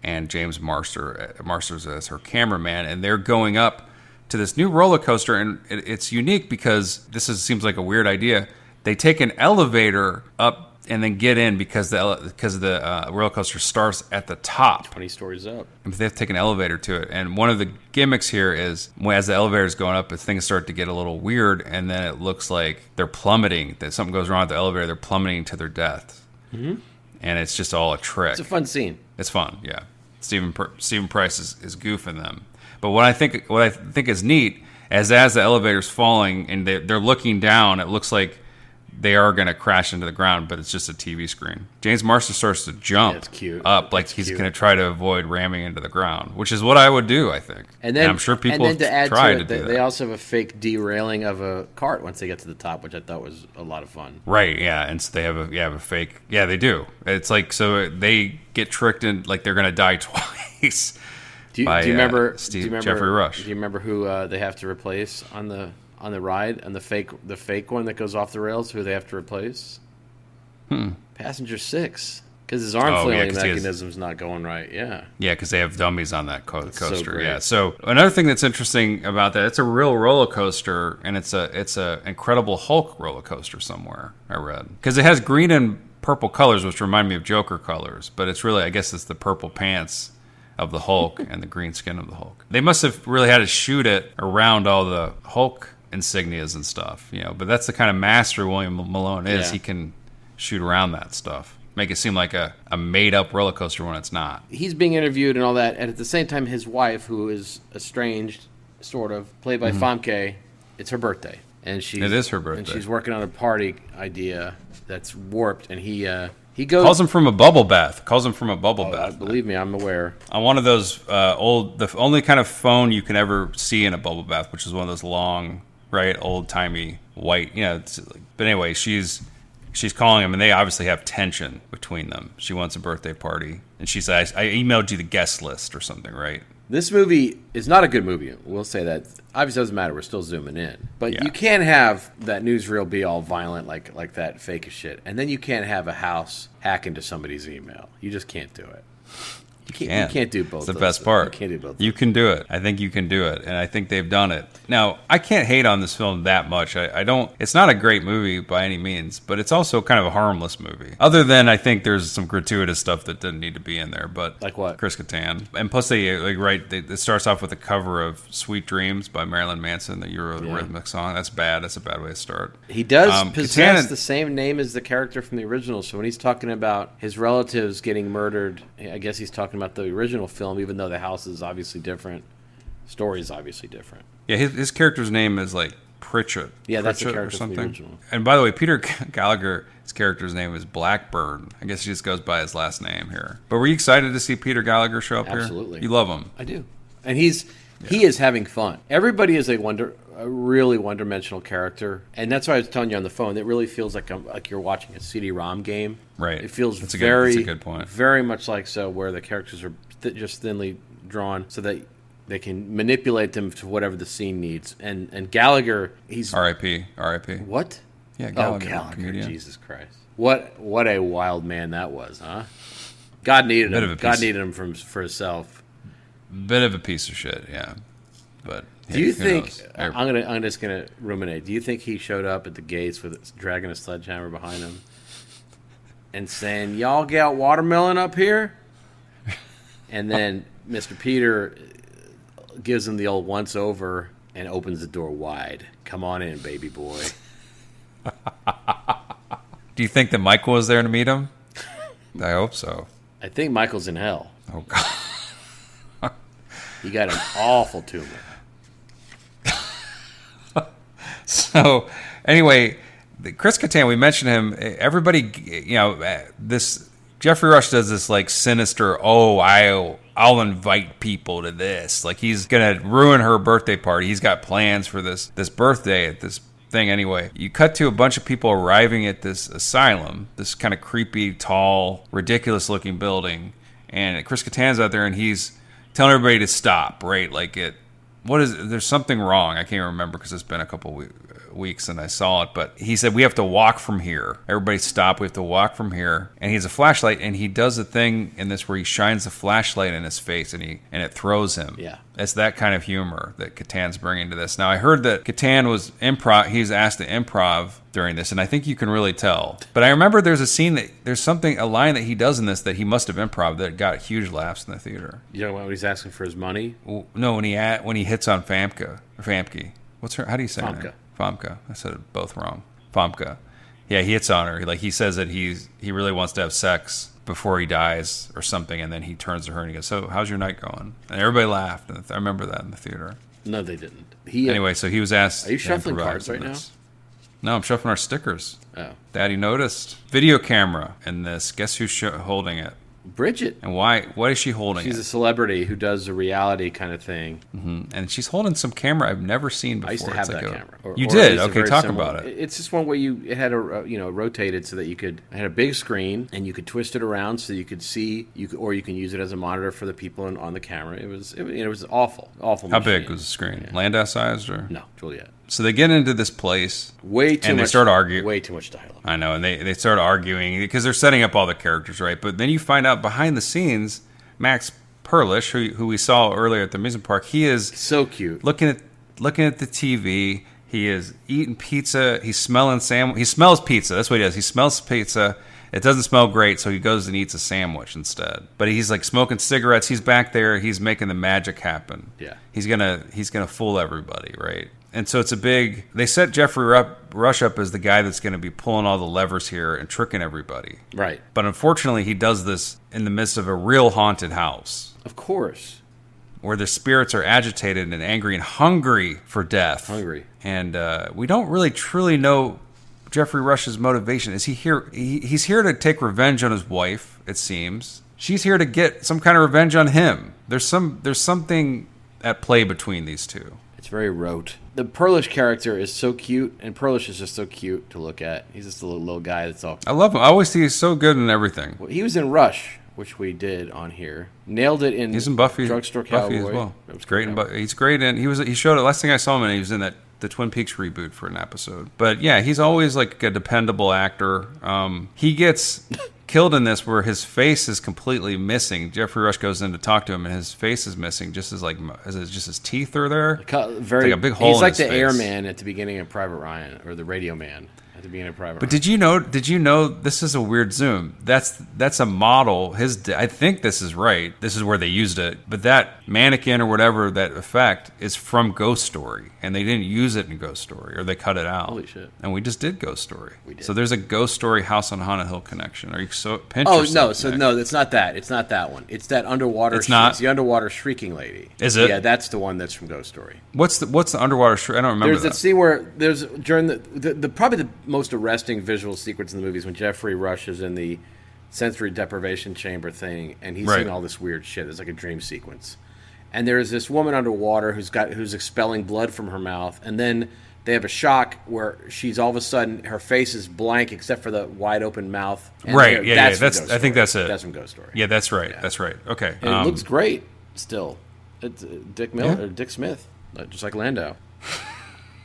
Speaker 4: and James Marster. uh, Marsters as her cameraman, and they're going up to this new roller coaster, and it, it's unique because this is, seems like a weird idea. They take an elevator up and then get in because the ele- because the uh, roller coaster starts at the top.
Speaker 1: Twenty stories up.
Speaker 4: If they have to take an elevator to it. And one of the gimmicks here is well, as the elevator is going up, if things start to get a little weird, and then it looks like they're plummeting, that something goes wrong with the elevator, they're plummeting to their death. And it's just all a trick.
Speaker 1: Mm-hmm. It's a fun scene.
Speaker 4: It's fun, yeah. Stephen Pr- Stephen Price is, is goofing them, but what I think what I think is neat as as the elevator's falling and they're, they're looking down, it looks like they are going to crash into the ground, but it's just a TV screen. James Marston starts to jump
Speaker 1: That's cute.
Speaker 4: up, like
Speaker 1: That's
Speaker 4: he's
Speaker 1: cute.
Speaker 4: going to try to avoid ramming into the ground, which is what I would do, I think.
Speaker 1: And then
Speaker 4: I'm sure people
Speaker 1: and then to
Speaker 4: have
Speaker 1: add
Speaker 4: tried
Speaker 1: to it,
Speaker 4: do
Speaker 1: they,
Speaker 4: that.
Speaker 1: they also have a fake derailing of a cart once they get to the top, which I thought was a lot of fun.
Speaker 4: Right, yeah, and so they have a yeah have a fake yeah they do. It's like so they get tricked and like they're gonna die twice.
Speaker 1: Do you,
Speaker 4: By,
Speaker 1: do you
Speaker 4: uh,
Speaker 1: remember
Speaker 4: Steve-
Speaker 1: do you remember,
Speaker 4: Jeffrey Rush.
Speaker 1: Do you remember who uh, they have to replace on the on the ride and the fake the fake one that goes off the rails? Who they have to replace? Hmm. Passenger six, because his arm
Speaker 4: Oh, yeah,
Speaker 1: flailing
Speaker 4: 'cause he has-
Speaker 1: mechanism's not going right. Yeah,
Speaker 4: yeah, because they have dummies on that co-
Speaker 1: so
Speaker 4: coaster.
Speaker 1: great.
Speaker 4: yeah. So another thing that's interesting about that, it's a real roller coaster, and it's a it's a Incredible Hulk roller coaster somewhere I read because it has green and purple colors, which remind me of Joker colors, but it's really I guess it's the purple pants of the Hulk and the green skin of the Hulk. They must have really had to shoot it around all the Hulk insignias and stuff, you know. But that's the kind of master William Malone is.
Speaker 1: Yeah.
Speaker 4: He can shoot around that stuff. Make it seem like a, a made up roller coaster when it's not.
Speaker 1: he's being interviewed and all that, and at the same time, his wife, who is estranged, sort of played by Famke, it's her birthday, and she
Speaker 4: Mm-hmm. It is her birthday.
Speaker 1: and she's working on a party idea that's warped, and he uh, he goes.
Speaker 4: calls him from a bubble bath. Calls him from a bubble
Speaker 1: Uh,
Speaker 4: bath.
Speaker 1: believe me, I'm aware.
Speaker 4: On one of those uh, old, the only kind of phone you can ever see in a bubble bath, which is one of those long, right, old timey white. You know, it's like, but anyway, she's she's calling him, and they obviously have tension between them. She wants a birthday party, and she says, "I emailed you the guest list or something, right?"
Speaker 1: This movie is not a good movie. We'll say that. Obviously, it doesn't matter. We're still zooming in, but
Speaker 4: Yeah.
Speaker 1: you can't have that newsreel be all violent like like that fake as shit, and then you can't have a house hack into somebody's email. You just can't do it. You can't.
Speaker 4: can.
Speaker 1: You can't do both.
Speaker 4: It's the
Speaker 1: those
Speaker 4: best
Speaker 1: things.
Speaker 4: part.
Speaker 1: You can't do both.
Speaker 4: You can do it. I think you can do it, and I think they've done it. Now, I can't hate on this film that much. I, I don't. It's not a great movie by any means, but it's also kind of a harmless movie. Other than I think there's some gratuitous stuff that didn't need to be in there. But
Speaker 1: Like what?
Speaker 4: Chris Kattan, and plus they like right. They, it starts off with a cover of "Sweet Dreams" by Marilyn Manson, the Eurorhythmic song. That's bad. That's a bad way to start.
Speaker 1: He does
Speaker 4: Um,
Speaker 1: possess
Speaker 4: Kattan-
Speaker 1: the same name as the character from the original. So when he's talking about his relatives getting murdered, I guess he's talking about the original film, even though the house is obviously different. Story is obviously different.
Speaker 4: Yeah, his, his character's name is like Pritchett.
Speaker 1: Yeah, that's the
Speaker 4: Pritchett
Speaker 1: character from the original.
Speaker 4: And by the way, Peter Gallagher's character's name is Blackburn. I guess he just goes by his last name here. But were you excited to see Peter Gallagher show up here?
Speaker 1: Absolutely.
Speaker 4: You love him.
Speaker 1: I do. And he's he is having fun. Everybody is a wonder a really one dimensional character. And that's why I was telling you on the phone. It really feels like I'm, like you're watching a CD ROM game.
Speaker 4: Right.
Speaker 1: It feels
Speaker 4: That's a good-
Speaker 1: very
Speaker 4: that's a good point.
Speaker 1: Very much like so where the characters are th- just thinly drawn so that they can manipulate them to whatever the scene needs. And and Gallagher, he's
Speaker 4: R.I.P. R.I.P.
Speaker 1: what?
Speaker 4: Yeah, Gallagher,
Speaker 1: oh,
Speaker 4: the
Speaker 1: Gallagher.
Speaker 4: comedian.
Speaker 1: Jesus Christ. What what a wild man that was, huh? God needed
Speaker 4: Bit of
Speaker 1: him.
Speaker 4: a
Speaker 1: God
Speaker 4: piece-
Speaker 1: needed him from for himself.
Speaker 4: Bit of a piece of shit, yeah. But
Speaker 1: Do you
Speaker 4: who
Speaker 1: think
Speaker 4: knows? Er,
Speaker 1: I'm gonna? I'm just gonna ruminate. Do you think he showed up at the gates with dragging a sledgehammer behind him and saying, "Y'all got watermelon up here?" And then Mr. Peter gives him the old once over and opens the door wide. Come on in, baby boy.
Speaker 4: Do you think that Michael was there to meet him? I hope so.
Speaker 1: I think Michael's in hell.
Speaker 4: Oh God.
Speaker 1: He got an awful tumor.
Speaker 4: So anyway, the- Chris Kattan, we mentioned him. eh, Everybody, you know, eh, this Jeffrey Rush does this like sinister. Oh, I'll I'll invite people to this. Like he's gonna ruin her birthday party. He's got plans for this this birthday at this thing anyway. You cut to a bunch of people arriving at this asylum, this kind of creepy, tall, ridiculous looking building, and Chris Kattan's out there and he's telling everybody to stop. Right, like it what is there's something wrong i can't remember because it's been a couple we- weeks and i saw it but he said we have to walk from here everybody stop we have to walk from here and he has a flashlight and he does a thing in this where he shines the flashlight in his face and he and it throws him
Speaker 1: Yeah.
Speaker 4: it's that kind of humor that Katan's bringing to this. Now, I heard that Katan was improv. He was asked to improv during this, and I think you can really tell. But I remember there's a scene that there's something, a line that he does in this that he must have improv that got huge laughs in the theater.
Speaker 1: You know what? He's asking for his money.
Speaker 4: Well, no, when he at, when he hits on Famke, Famke. What's her? How do you say her
Speaker 1: Famke.
Speaker 4: name? Famke. I said it both wrong. Famke. Yeah, he hits on her. He, like he says that he's he really wants to have sex before he dies or something, and then he turns to her and he goes, "So how's your night going?" And everybody laughed. And I remember that in the theater.
Speaker 1: No, they didn't. He uh,
Speaker 4: Anyway, so he was asked.
Speaker 1: Are you
Speaker 4: to
Speaker 1: shuffling
Speaker 4: improvise
Speaker 1: cards right
Speaker 4: on
Speaker 1: now?
Speaker 4: this. No, I'm shuffling our stickers.
Speaker 1: Oh.
Speaker 4: Daddy noticed video camera in this. Guess who's sh- holding it
Speaker 1: Bridget.
Speaker 4: and why? Why is she holding
Speaker 1: She's a
Speaker 4: it?
Speaker 1: celebrity who does a reality kind of thing.
Speaker 4: and she's holding some camera I've never seen before.
Speaker 1: I used to have
Speaker 4: It's
Speaker 1: that
Speaker 4: like a-
Speaker 1: camera. or-
Speaker 4: you
Speaker 1: or at
Speaker 4: did.
Speaker 1: least a
Speaker 4: Okay,
Speaker 1: very
Speaker 4: talk
Speaker 1: similar-
Speaker 4: about it.
Speaker 1: It's just one way you it had a uh, you know rotated so that you could it had a big screen and you could twist it around so you could see you could or you can use it as a monitor for the people in, on the camera. It was it, was- it was awful, awful.
Speaker 4: How
Speaker 1: machine.
Speaker 4: big was the screen? Landau sized or?
Speaker 1: No, Juliet.
Speaker 4: So they get into this place.
Speaker 1: Way too
Speaker 4: And they
Speaker 1: much.
Speaker 4: start arguing.
Speaker 1: Way too much dialogue.
Speaker 4: I know, and they, they start arguing because they're setting up all the characters, right? But then you find out behind the scenes, Max Perlish, who, who we saw earlier at the amusement park, he is
Speaker 1: So cute.
Speaker 4: looking at looking at the TV. He is eating pizza. He's smelling sam. He smells pizza. That's what he does. He smells pizza. It doesn't smell great, so he goes and eats a sandwich instead. But he's like smoking cigarettes. He's back there. He's making the magic happen.
Speaker 1: Yeah.
Speaker 4: He's gonna he's gonna fool everybody, right? And so it's a big. They set Jeffrey Rup, Rush up as the guy that's gonna be pulling all the levers here and tricking everybody.
Speaker 1: Right.
Speaker 4: But unfortunately, he does this in the midst of a real haunted house
Speaker 1: Of course.
Speaker 4: where their spirits are agitated and angry and hungry for death.
Speaker 1: Hungry.
Speaker 4: And uh, we don't really truly know Jeffrey Rush's motivation. Is he here? He, he's here to take revenge on his wife. It seems she's here to get some kind of revenge on him. There's some. There's something at play between these two.
Speaker 1: It's very rote. The Perlish character is so cute, and Perlish is just so cute to look at. He's just a little, little guy that's all.
Speaker 4: I love him. I always think he's so good in everything.
Speaker 1: He was in Rush, which we did on here. Nailed it in.
Speaker 4: He's in Buffy.
Speaker 1: Drugstore
Speaker 4: Buffy
Speaker 1: Cowboy.
Speaker 4: as well.
Speaker 1: It was
Speaker 4: It's great in Buffy. He's great in. He was. He showed it last thing I saw him in. He was in that the Twin Peaks reboot for an episode. But yeah, he's always like a dependable actor. Um, he gets killed in this where his face is completely missing. Jeffrey Rush goes in to talk to him, and his face is missing. Just as like as his, just his teeth are there.
Speaker 1: Cut- very
Speaker 4: like a big hole
Speaker 1: He's
Speaker 4: in
Speaker 1: like
Speaker 4: his
Speaker 1: the
Speaker 4: face.
Speaker 1: airman at the beginning of Private Ryan, or the radio man at the beginning of Private.
Speaker 4: But did you know? Did you know this is a weird zoom? That's that's a model. His d- I think this is right. This is where they used it. But that mannequin or whatever that effect is from Ghost Story, and they didn't use it in Ghost Story, or they cut it out.
Speaker 1: Holy shit.
Speaker 4: And we just did Ghost Story. We
Speaker 1: did.
Speaker 4: So there's a Ghost Story House on Haunted Hill connection. Are you so pinch?
Speaker 1: Oh
Speaker 4: yourself,
Speaker 1: no! So
Speaker 4: Nick.
Speaker 1: no, it's not that. It's not that one. It's that underwater.
Speaker 4: It's not?
Speaker 1: It's the underwater shrieking lady.
Speaker 4: Is it?
Speaker 1: Yeah, that's the one that's from Ghost Story.
Speaker 4: What's the what's the underwater? Sh- I don't remember
Speaker 1: There's that
Speaker 4: that.
Speaker 1: scene where there's during the, the the probably the most arresting visual sequence in the movie is when Jeffrey Rush is in the sensory deprivation chamber thing, and he's
Speaker 4: Right.
Speaker 1: seeing all this weird shit. It's like a dream sequence, and there is this woman underwater who's got who's expelling blood from her mouth, and then they have a shock where she's all of a sudden her face is blank except for the wide open mouth. And
Speaker 4: Right,
Speaker 1: there-
Speaker 4: yeah, yeah,
Speaker 1: from
Speaker 4: that's-
Speaker 1: Ghost
Speaker 4: I think
Speaker 1: Story.
Speaker 4: that's it.
Speaker 1: That's from Ghost Story.
Speaker 4: yeah, that's right. That's right. Okay.
Speaker 1: and
Speaker 4: um,
Speaker 1: it looks great still. It's uh, Dick Miller
Speaker 4: Yeah.
Speaker 1: or Dick Smith, uh, just like Landau.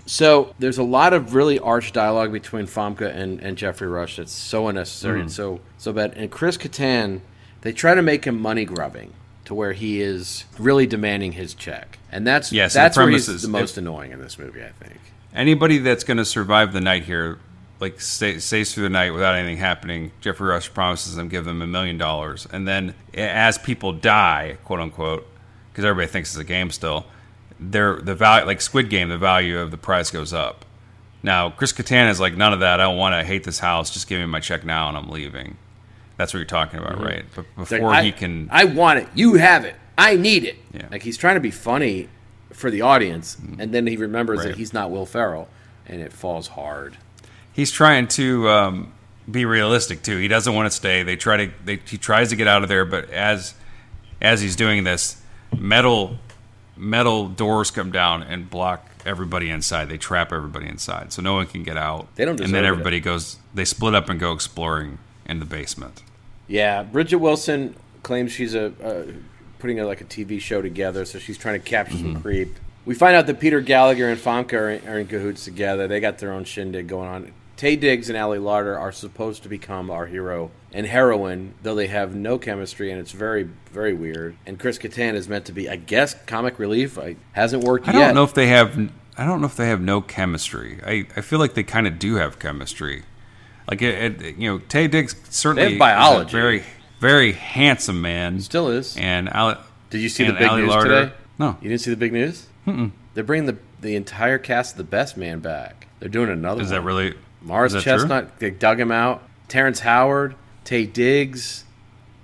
Speaker 1: so there's a lot of really arch dialogue between Famke and, and Jeffrey Rush that's so unnecessary
Speaker 4: Mm.
Speaker 1: and so so bad. And Chris Kattan, they try to make him money grubbing to where he is really demanding his check, and that's
Speaker 4: Yes, and
Speaker 1: that's
Speaker 4: the
Speaker 1: where he's
Speaker 4: premises-
Speaker 1: the most annoying in this movie, I think.
Speaker 4: anybody that's going to survive the night here, like stay, stays through the night without anything happening, Jeffrey Rush promises them give them a million dollars, and then a- as people die, quote unquote, because everybody thinks it's a game still, their the value like Squid Game, the value of the prize goes up. Now Chris Kattan is like none of that. I don't want to hate this house. Just give me my check now, and I'm leaving. That's what you're talking about, right? But
Speaker 1: Mm-hmm. Like,
Speaker 4: before
Speaker 1: I,
Speaker 4: he can,
Speaker 1: I want it. You have it. I need it.
Speaker 4: Yeah. Mm-hmm.
Speaker 1: Like he's trying to be funny for the audience, and then he remembers
Speaker 4: Right.
Speaker 1: that he's not Will Ferrell, and it falls hard.
Speaker 4: he's trying to um, be realistic too. He doesn't want to stay. They try to. They, he tries to get out of there, but as as he's doing this, metal metal doors come down and block everybody inside. They trap everybody inside, so no one can get out.
Speaker 1: They don't
Speaker 4: And
Speaker 1: deserve
Speaker 4: then
Speaker 1: it.
Speaker 4: everybody goes. They split up and go exploring in the basement.
Speaker 1: Yeah, Bridget Wilson claims she's a, uh putting a, like a TV show together, so she's trying to capture
Speaker 4: Mm-hmm.
Speaker 1: some creep. We find out that Peter Gallagher and Fonka are in, are in cahoots together. They got their own shindig going on. Tay Diggs and Ali Larter are supposed to become our hero and heroine, though they have no chemistry, and it's very, very weird. And Chris Kattan is meant to be, I guess, comic relief. I, hasn't worked
Speaker 4: I
Speaker 1: yet.
Speaker 4: don't know if they have. I don't know if they have no chemistry. I, I feel like they kind of do have chemistry. Like it, it, you know, Tay Diggs certainly
Speaker 1: They have biology.
Speaker 4: is a very very handsome man.
Speaker 1: Still is.
Speaker 4: And Ale-
Speaker 1: Did you see
Speaker 4: and
Speaker 1: the big
Speaker 4: Ali
Speaker 1: news
Speaker 4: Larter-
Speaker 1: today?
Speaker 4: No.
Speaker 1: You didn't see the big news? Mm-mm. They're bringing the, the entire cast of The Best Man back. They're doing another
Speaker 4: Is that
Speaker 1: one.
Speaker 4: really
Speaker 1: Mars
Speaker 4: is that true?
Speaker 1: Chestnut, they dug him out. Terrence Howard, Tay Diggs,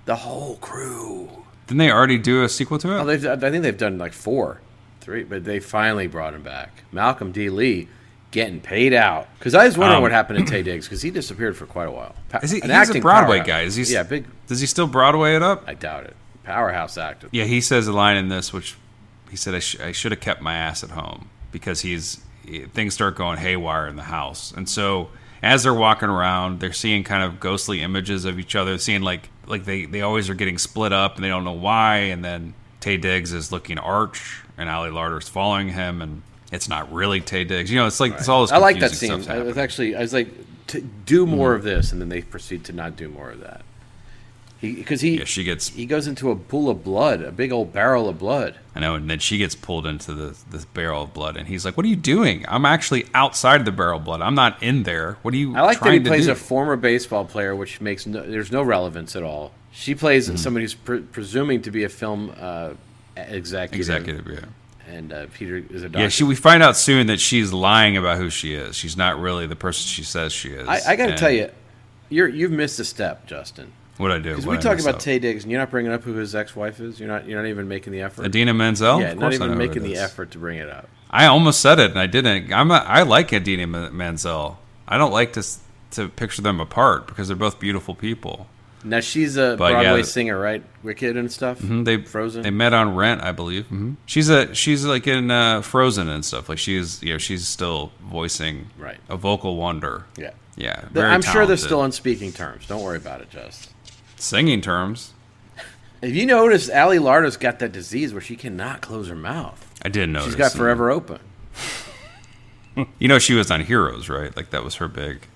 Speaker 1: the whole crew.
Speaker 4: Didn't they already do a sequel to it?
Speaker 1: Oh, they've, I think they've done like four. Three, but they finally brought him back. Malcolm D. Lee getting paid out. Because I was wondering
Speaker 4: Um,
Speaker 1: what happened to Tay Diggs because he disappeared for quite a while. Pa-
Speaker 4: Is he,
Speaker 1: an
Speaker 4: he's a
Speaker 1: acting
Speaker 4: Broadway
Speaker 1: powerhouse.
Speaker 4: guy. Is he? s-
Speaker 1: Yeah, big.
Speaker 4: Does he still Broadway it up?
Speaker 1: I doubt it. Powerhouse actor.
Speaker 4: Yeah, he says a line in this, which he said I, sh- I should have kept my ass at home because he's he- things start going haywire in the house, and so as they're walking around, they're seeing kind of ghostly images of each other, seeing like like they they always are getting split up and they don't know why, and then Tay Diggs is looking arch, and Ali Larder's following him, and it's not really Tay Diggs. You know, it's like it's all this.
Speaker 1: I like that
Speaker 4: confusing
Speaker 1: scene.
Speaker 4: stuff's
Speaker 1: I was
Speaker 4: happening. Hmm.
Speaker 1: actually, I was like, t- do more of this, and then they proceed to not do more of that. Because he,
Speaker 4: Yeah, she gets.
Speaker 1: he goes into a pool of blood, a big old barrel of blood.
Speaker 4: I know, and then she gets pulled into the this barrel of blood, and he's like, "What are you doing? I'm actually outside the barrel of blood. I'm not in there. What are you?"
Speaker 1: I like that
Speaker 4: trying
Speaker 1: he
Speaker 4: to
Speaker 1: plays
Speaker 4: do?
Speaker 1: a former baseball player, which makes no, there's no relevance at all. She plays
Speaker 4: Mm-hmm.
Speaker 1: somebody who's pre- presuming to be a film uh, executive,
Speaker 4: executive. Yeah,
Speaker 1: and uh, Peter is a doctor.
Speaker 4: yeah. She we find out soon that she's lying about who she is. She's not really the person she says she is.
Speaker 1: I, I got to
Speaker 4: And
Speaker 1: tell you, you're, you've missed a step, Justin.
Speaker 4: what I do.
Speaker 1: Because
Speaker 4: what
Speaker 1: we
Speaker 4: I
Speaker 1: talk
Speaker 4: mess
Speaker 1: about
Speaker 4: up.
Speaker 1: Tay Diggs, and you're not bringing up who his ex-wife is. You're not. You're not even making the effort.
Speaker 4: Adina Menzel.
Speaker 1: yeah,
Speaker 4: Of
Speaker 1: not
Speaker 4: course I know
Speaker 1: even
Speaker 4: who
Speaker 1: making
Speaker 4: it
Speaker 1: the
Speaker 4: is.
Speaker 1: effort to bring it up.
Speaker 4: I almost said it and I didn't. I'm a, I like Adina Men- Menzel. I don't like to s- to picture them apart because they're both beautiful people.
Speaker 1: Now she's a
Speaker 4: But yeah,
Speaker 1: Broadway
Speaker 4: the-
Speaker 1: singer, right? Wicked and stuff.
Speaker 4: Mhm, They
Speaker 1: Frozen? Mm-hmm.
Speaker 4: They met on Rent, I believe. hmm She's a she's like in uh, Frozen and stuff. Like she's you know she's still voicing
Speaker 1: Right.
Speaker 4: a vocal wonder.
Speaker 1: Yeah.
Speaker 4: yeah.
Speaker 1: Th-
Speaker 4: very
Speaker 1: I'm sure they're
Speaker 4: talented.
Speaker 1: still on speaking terms. Don't worry about it, Just.
Speaker 4: singing terms.
Speaker 1: If you notice, Ali Lardo's got that disease where she cannot close her mouth.
Speaker 4: I didn't notice.
Speaker 1: She's got
Speaker 4: that.
Speaker 1: forever open.
Speaker 4: You know she was on Heroes, right? Like that was her big.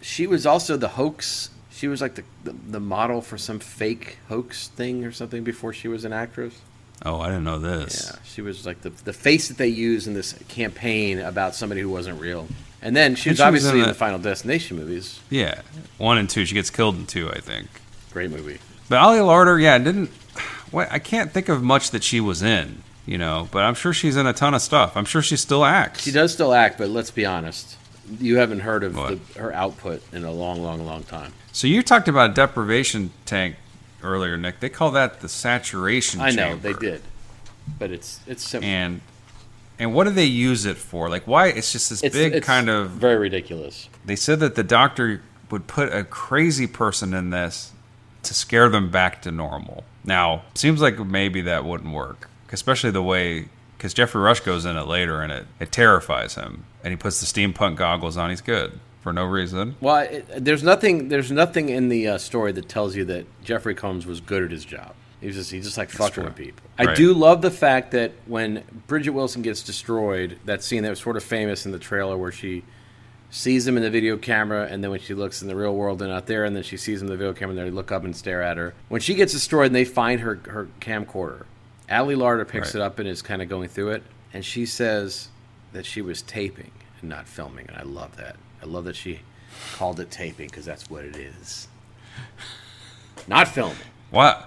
Speaker 1: She was also the hoax. She was like the, the the model for some fake hoax thing or something before she was an actress.
Speaker 4: Oh, I didn't know
Speaker 1: Yeah,
Speaker 4: this.
Speaker 1: she was like the the face that they used in this campaign about somebody who wasn't real. And then she
Speaker 4: And
Speaker 1: was
Speaker 4: she was
Speaker 1: obviously
Speaker 4: in
Speaker 1: in
Speaker 4: a-
Speaker 1: the Final Destination movies.
Speaker 4: Yeah. one and two. She gets killed in two, I think.
Speaker 1: Great movie.
Speaker 4: But Ali Larder, yeah, didn't. What I can't think of much that she was in, you know. But I'm sure she's in a ton of stuff. I'm sure she still acts.
Speaker 1: She does still act, but let's be honest. You haven't heard of the,
Speaker 4: What?
Speaker 1: her output in a long, long, long time.
Speaker 4: So you talked about deprivation tank earlier, Nick. They call that the saturation.
Speaker 1: I know
Speaker 4: chamber.
Speaker 1: they did, but it's it's simple.
Speaker 4: And and what do they use it for? Like why? It's just this
Speaker 1: it's,
Speaker 4: big
Speaker 1: it's
Speaker 4: kind of.
Speaker 1: very ridiculous.
Speaker 4: They said that the doctor would put a crazy person in this to scare them back to normal. Now seems like maybe that wouldn't work, especially the way because Jeffrey Rush goes in it later and it it terrifies him, and he puts the steampunk goggles on. He's good for no reason.
Speaker 1: Well, it, there's nothing there's nothing in the uh, story that tells you that Jeffrey Combs was good at his job. He was just he just like fucking
Speaker 4: true.
Speaker 1: with people. I
Speaker 4: Right.
Speaker 1: do love the fact that when Bridget Wilson gets destroyed, that scene that was sort of famous in the trailer where she sees him in the video camera and then when she looks in the real world they're not there and then she sees him in the video camera and they look up and stare at her when she gets destroyed and they find her her camcorder ali larder picks
Speaker 4: Right.
Speaker 1: it up and is kind of going through it and she says that she was taping and not filming and i love that i love that she called it taping because that's what it is not filming
Speaker 4: What?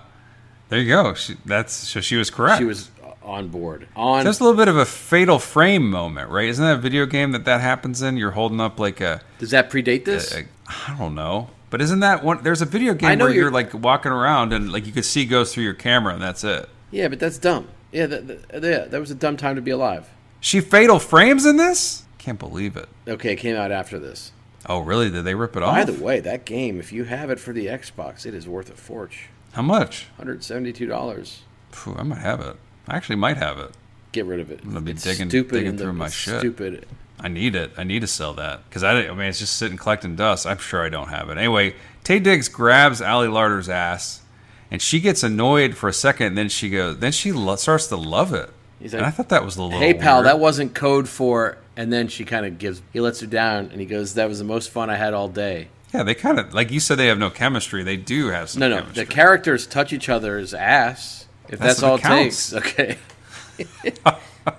Speaker 4: There you go. She, that's so she was correct.
Speaker 1: she was on board on
Speaker 4: There's a little bit of a fatal frame moment, right? Isn't that a video game that that happens in? You're holding up like a,
Speaker 1: does that predate this
Speaker 4: a I don't know, but isn't that one? There's a video
Speaker 1: I
Speaker 4: game
Speaker 1: know
Speaker 4: where you're,
Speaker 1: you're-
Speaker 4: like walking around and like you could see goes through your camera and that's it.
Speaker 1: yeah but that's dumb yeah that, that, yeah, that was a dumb time to be alive
Speaker 4: She fatal frames in this? Can't believe it.
Speaker 1: okay it came out after this
Speaker 4: Oh really? Did they rip it off?
Speaker 1: By the way, that game, if you have it for the Xbox, it is worth a fortune.
Speaker 4: How much?
Speaker 1: $172.
Speaker 4: Phew, I might have it. I actually might have it.
Speaker 1: Get rid of it.
Speaker 4: gonna be digging-
Speaker 1: stupid
Speaker 4: digging
Speaker 1: and the-
Speaker 4: through my
Speaker 1: it's
Speaker 4: shit.
Speaker 1: Stupid.
Speaker 4: I need it. I need to sell that because I, didn't- I mean, it's just sitting collecting dust. I'm sure I don't have it. Anyway, Tay Diggs grabs Allie Larder's ass, and she gets annoyed for a second. And then she goes. Then she lo- starts to love it.
Speaker 1: He's
Speaker 4: and I
Speaker 1: like,
Speaker 4: thought that was a little.
Speaker 1: Hey, pal,
Speaker 4: weird.
Speaker 1: that wasn't code for. And then she kind of gives. He lets her down and he goes, That was the most fun I had all day.
Speaker 4: Yeah, they kind of like you said. They have no chemistry. They do have some.
Speaker 1: No, no.
Speaker 4: chemistry.
Speaker 1: The characters touch each other's ass. If
Speaker 4: That's
Speaker 1: that's,
Speaker 4: what
Speaker 1: all it
Speaker 4: counts.
Speaker 1: takes. Okay.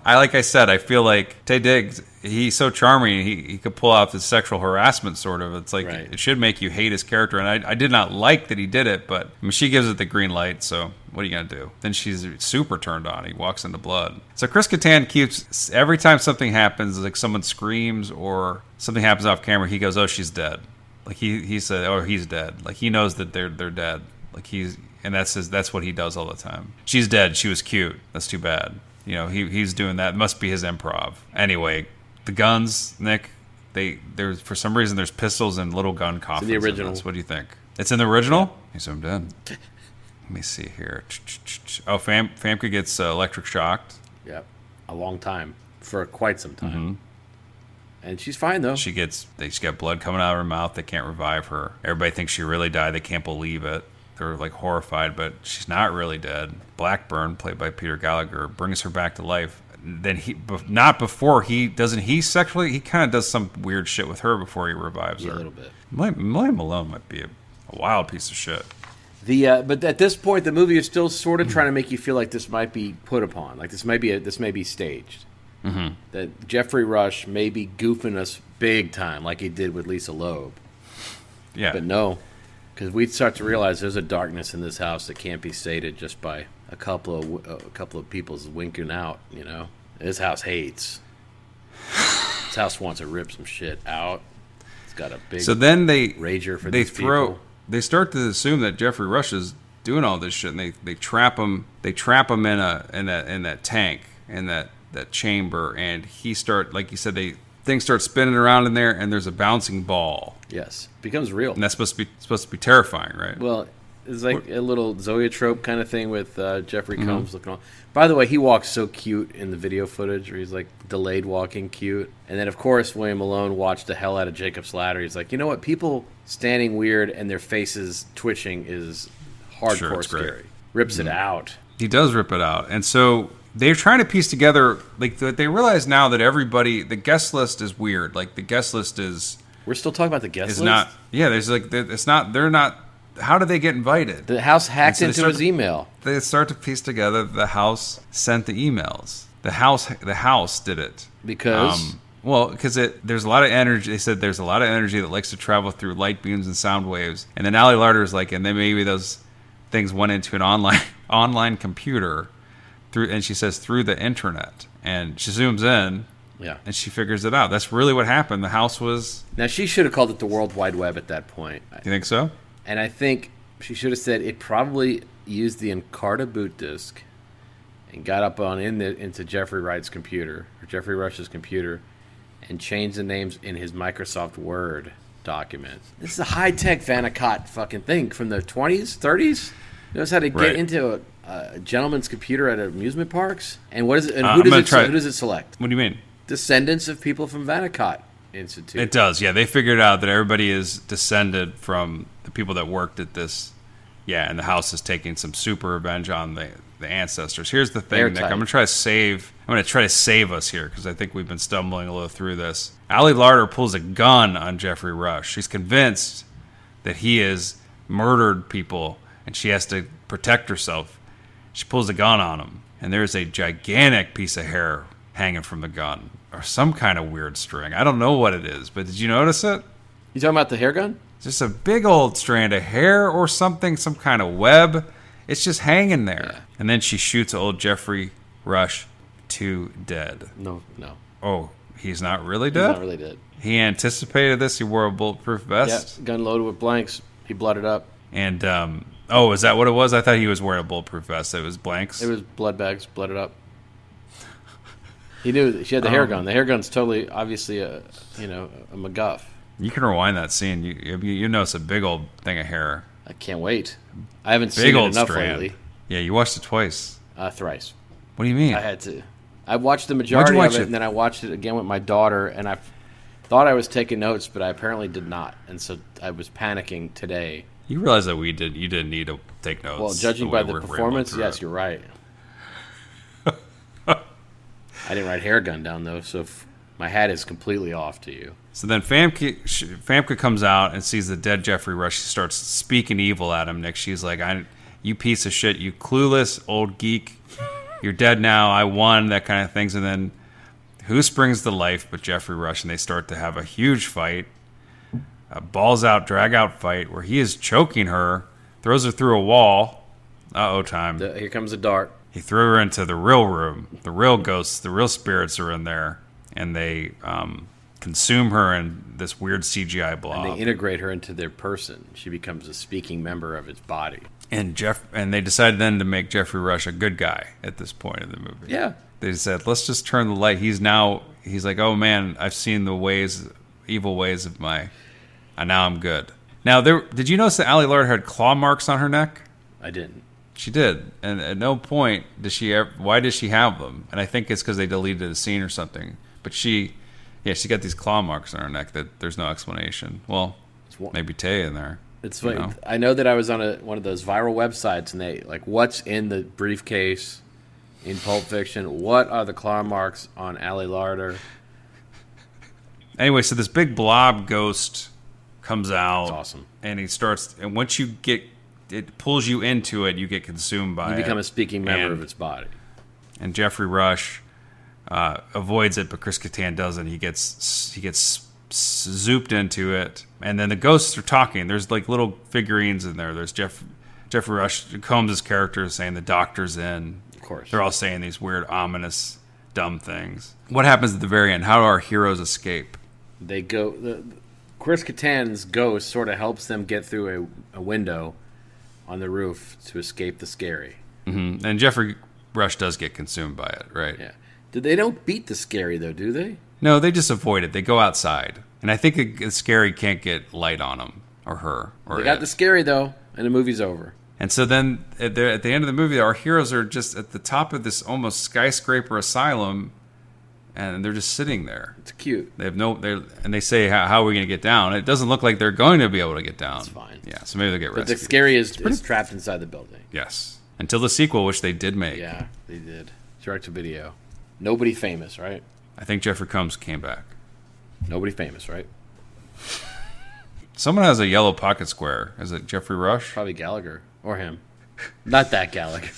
Speaker 4: I like I said. I feel like Tay Diggs. He's so charming. He, he could pull off this sexual harassment sort of. It's like
Speaker 1: Right.
Speaker 4: it should make you hate his character. And I, I did not like that he did it, but I mean, she gives it the green light. So what are you gonna do? Then she's super turned on. He walks into blood. So Chris Kattan keeps every time something happens, like someone screams or something happens off camera. He goes, "Oh, she's dead." Like he he said, "Oh, he's dead." Like he knows that they're they're dead. Like he's and that's his, that's what he does all the time. She's dead. She was cute. That's too bad. you know he he's doing that. Must be his improv. Anyway, the guns, Nick. They there's for some reason there's pistols and little gun coffins. in
Speaker 1: original.
Speaker 4: this. What do you think? It's in the original. He zoomed in. Let me see here. Oh, Fam Famke gets uh, electric shocked.
Speaker 1: Yep. A long time for quite some time. And she's fine though.
Speaker 4: Mm-hmm. She gets they she got blood coming out of her mouth. They can't revive her. Everybody thinks she really died. They can't believe it. They're like horrified, but she's not really dead. Blackburn, played by Peter Gallagher, brings her back to life. Then he, bef- not before he doesn't he sexually he kind of does some weird shit with her before he revives
Speaker 1: a
Speaker 4: her.
Speaker 1: little bit.
Speaker 4: Mil- Millie Malone might be a, a wild piece of shit.
Speaker 1: The uh, but at this point, the movie is still sort of trying to make you feel like this might be put upon, like this might be a, this may be staged. Mm-hmm. That Jeffrey Rush may be goofing us big time, like he did with Lisa Loeb.
Speaker 4: Yeah,
Speaker 1: But no, because we'd start to realize there's a darkness in this house that can't be sated just by a couple of w- a couple of people's winking out. You know, this house hates. this house wants to rip some shit out. It's got a big.
Speaker 4: So then they
Speaker 1: rager for
Speaker 4: they
Speaker 1: these
Speaker 4: throw
Speaker 1: people.
Speaker 4: they start to assume that Jeffrey Rush is doing all this shit, and they, they trap him they trap him in a in that in that tank in that that chamber, and he start like you said they things start spinning around in there, and there's a bouncing ball,
Speaker 1: yes, becomes real.
Speaker 4: and that's supposed to be supposed to be terrifying, right?
Speaker 1: Well, it's like a little zoetrope kind of thing with uh, Jeffrey
Speaker 4: Mm-hmm.
Speaker 1: Combs looking on. By the way, he walks so cute in the video footage where he's like delayed walking cute. And then, of course, William Malone watched the hell out of Jacob's Ladder. He's like, you know what? People standing weird and their faces twitching is hardcore
Speaker 4: Sure, it's great. Mm-hmm.
Speaker 1: scary. Rips it out.
Speaker 4: He does rip it out, and so they're trying to piece together like th- they realize now that everybody the guest list is weird, like the guest list is
Speaker 1: We're still talking about the guest
Speaker 4: is
Speaker 1: list?
Speaker 4: not yeah. There's like there- it's not they're not. How do they get invited?
Speaker 1: the house hacked
Speaker 4: so they
Speaker 1: into
Speaker 4: start
Speaker 1: his
Speaker 4: to-
Speaker 1: email.
Speaker 4: they start to piece together the house sent the emails the house the house did it Um,
Speaker 1: Because?
Speaker 4: well because it there's a lot of energy they said there's a lot of energy that likes to travel through light beams and sound waves and then ali larder is like and then maybe those things went into an online online computer through and she says through the internet and she zooms in
Speaker 1: Yeah.
Speaker 4: and she figures it out that's really what happened the house was
Speaker 1: Now, she should have called it the World Wide Web at that point.
Speaker 4: you think so
Speaker 1: And I think she should have said it probably used the Encarta boot disk and got up on in the, into Jeffrey Wright's computer or Jeffrey Rush's computer and changed the names in his Microsoft Word document. This is a high tech Vanacott fucking thing from the 20s, 30s. Knows how to get
Speaker 4: Right.
Speaker 1: into a, a gentleman's computer at amusement parks. And what is it? And
Speaker 4: Uh,
Speaker 1: who,
Speaker 4: I'm
Speaker 1: does
Speaker 4: gonna
Speaker 1: it
Speaker 4: try-
Speaker 1: who does it select?
Speaker 4: what do you mean
Speaker 1: Descendants of people from Vanacott Institute.
Speaker 4: It does, yeah. They figured out that everybody is descended from the people that worked at this. Yeah, and the house is taking some super revenge on the, the ancestors. Here's the thing,
Speaker 1: They're
Speaker 4: Nick.
Speaker 1: tight.
Speaker 4: I'm gonna try to save. I'm gonna try to save us here because I think we've been stumbling a little through this. Ali Larder pulls a gun on Jeffrey Rush. She's convinced that he has murdered people, and she has to protect herself. She pulls a gun on him, and there's a gigantic piece of hair hanging from the gun, or some kind of weird string. I don't know what it is, but did you notice it?
Speaker 1: You talking about the hair gun?
Speaker 4: Just a big old strand of hair or something, some kind of web. It's just hanging there. And then she shoots old Jeffrey Rush to dead.
Speaker 1: No, no.
Speaker 4: Oh, he's not really
Speaker 1: He's
Speaker 4: dead?
Speaker 1: not really dead.
Speaker 4: He anticipated this. He wore a bulletproof
Speaker 1: Yeah,
Speaker 4: vest.
Speaker 1: gun loaded with blanks. He blooded up.
Speaker 4: And, um, oh, is that what it was? I thought he was wearing a bulletproof vest. It was blanks.
Speaker 1: It was blood bags, blooded up. He knew that she had the
Speaker 4: Oh.
Speaker 1: hair gun. The hair gun's totally, obviously, a you know a MacGuff.
Speaker 4: You can rewind that scene. You you, you notice a big old thing of hair,
Speaker 1: I can't wait. I haven't
Speaker 4: big
Speaker 1: seen it
Speaker 4: old
Speaker 1: enough
Speaker 4: strand.
Speaker 1: lately.
Speaker 4: Yeah, you watched it twice.
Speaker 1: Uh, thrice.
Speaker 4: What do you mean?
Speaker 1: I had to. I watched the majority
Speaker 4: watch
Speaker 1: of it,
Speaker 4: it?
Speaker 1: and then I watched it again with my daughter, and I f- thought I was taking notes, but I apparently did not, and so I was panicking today.
Speaker 4: you realize that we did. You didn't need to take notes.
Speaker 1: Well, judging by
Speaker 4: way we're
Speaker 1: the
Speaker 4: rambling
Speaker 1: performance,
Speaker 4: through
Speaker 1: yes,
Speaker 4: it.
Speaker 1: you're right. I didn't write hair gun down though, so if my hat is completely off to you.
Speaker 4: So then Famke, she, Famke comes out and sees the dead Jeffrey Rush. She starts speaking evil at him. Nick, she's like, "I, you piece of shit, you clueless old geek, you're dead now. I won." That kind of things. And then who springs to life but Jeffrey Rush? And they start to have a huge fight, a balls out, drag out fight where he is choking her, throws her through a wall. Uh oh, time.
Speaker 1: Uh, Here comes a dart.
Speaker 4: He threw her into the real room. The real ghosts, the real spirits are in there, and they um, consume her in this weird CGI blob.
Speaker 1: They
Speaker 4: And,
Speaker 1: integrate her into their person. She becomes a speaking member of its body.
Speaker 4: Jeff and they decided then to make Jeffrey Rush a good guy at this point in the movie.
Speaker 1: Yeah.
Speaker 4: They said, "Let's just turn the light." He's now he's like, "Oh man, I've seen the ways, evil ways of my, and now I'm good." Now, there did you notice that Allie Lard had claw marks on her neck?
Speaker 1: I didn't.
Speaker 4: She did, and at no point does she ever. Why does she have them? And I think it's because they deleted a scene or something. But she, yeah, she got these claw marks on her neck that there's no explanation. Well,
Speaker 1: one-
Speaker 4: maybe Tay in there.
Speaker 1: It's
Speaker 4: you
Speaker 1: funny.
Speaker 4: know?
Speaker 1: I know that I was on a, one of those viral websites, and they like, what's in the briefcase in Pulp Fiction? What are the claw marks on Allie Larder?
Speaker 4: Anyway, so this big blob ghost comes out.
Speaker 1: awesome.
Speaker 4: And he starts, and once you get, it pulls you into it. You get consumed by
Speaker 1: You
Speaker 4: it.
Speaker 1: become a speaking member
Speaker 4: And-
Speaker 1: of its body.
Speaker 4: and Jeffrey Rush uh, avoids it, but Chris Kattan doesn't. He gets he gets s- zooped into it, and then the ghosts are talking. There's like little figurines in there. There's Jeff Jeffrey Rush Combs' character is saying the doctor's in.
Speaker 1: Of course.
Speaker 4: They're all saying these weird, ominous, dumb things. What happens at the very end? How do our heroes escape?
Speaker 1: They go. The, Chris Kattan's ghost sort of helps them get through a, a window on the roof to escape the scary.
Speaker 4: Mm-hmm. And Jeffrey Rush does get consumed by it, right?
Speaker 1: Yeah. Did They don't beat the scary though, do they?
Speaker 4: No, they just avoid it. They go outside, and I think it- it's scary can't get light on him or her or
Speaker 1: They got
Speaker 4: it.
Speaker 1: the scary though, and the movie's over.
Speaker 4: And so then at the, at the end of the movie, our heroes are just at the top of this almost skyscraper asylum, and they're just sitting there.
Speaker 1: It's cute.
Speaker 4: They have no, they are and they say, "How, how are we going to get down?" It doesn't look like they're going to be able to get down. That's
Speaker 1: fine.
Speaker 4: Yeah, so maybe they will get
Speaker 1: But the
Speaker 4: rescued.
Speaker 1: scary is, is trapped inside the building.
Speaker 4: yes, until the sequel, which they did make.
Speaker 1: Yeah, they did. Direct to video. Nobody famous, right?
Speaker 4: I think Jeffrey Combs came back.
Speaker 1: Nobody famous, right?
Speaker 4: Someone has a yellow pocket square. Is it Jeffrey Rush?
Speaker 1: Probably Gallagher or him. Not that Gallagher.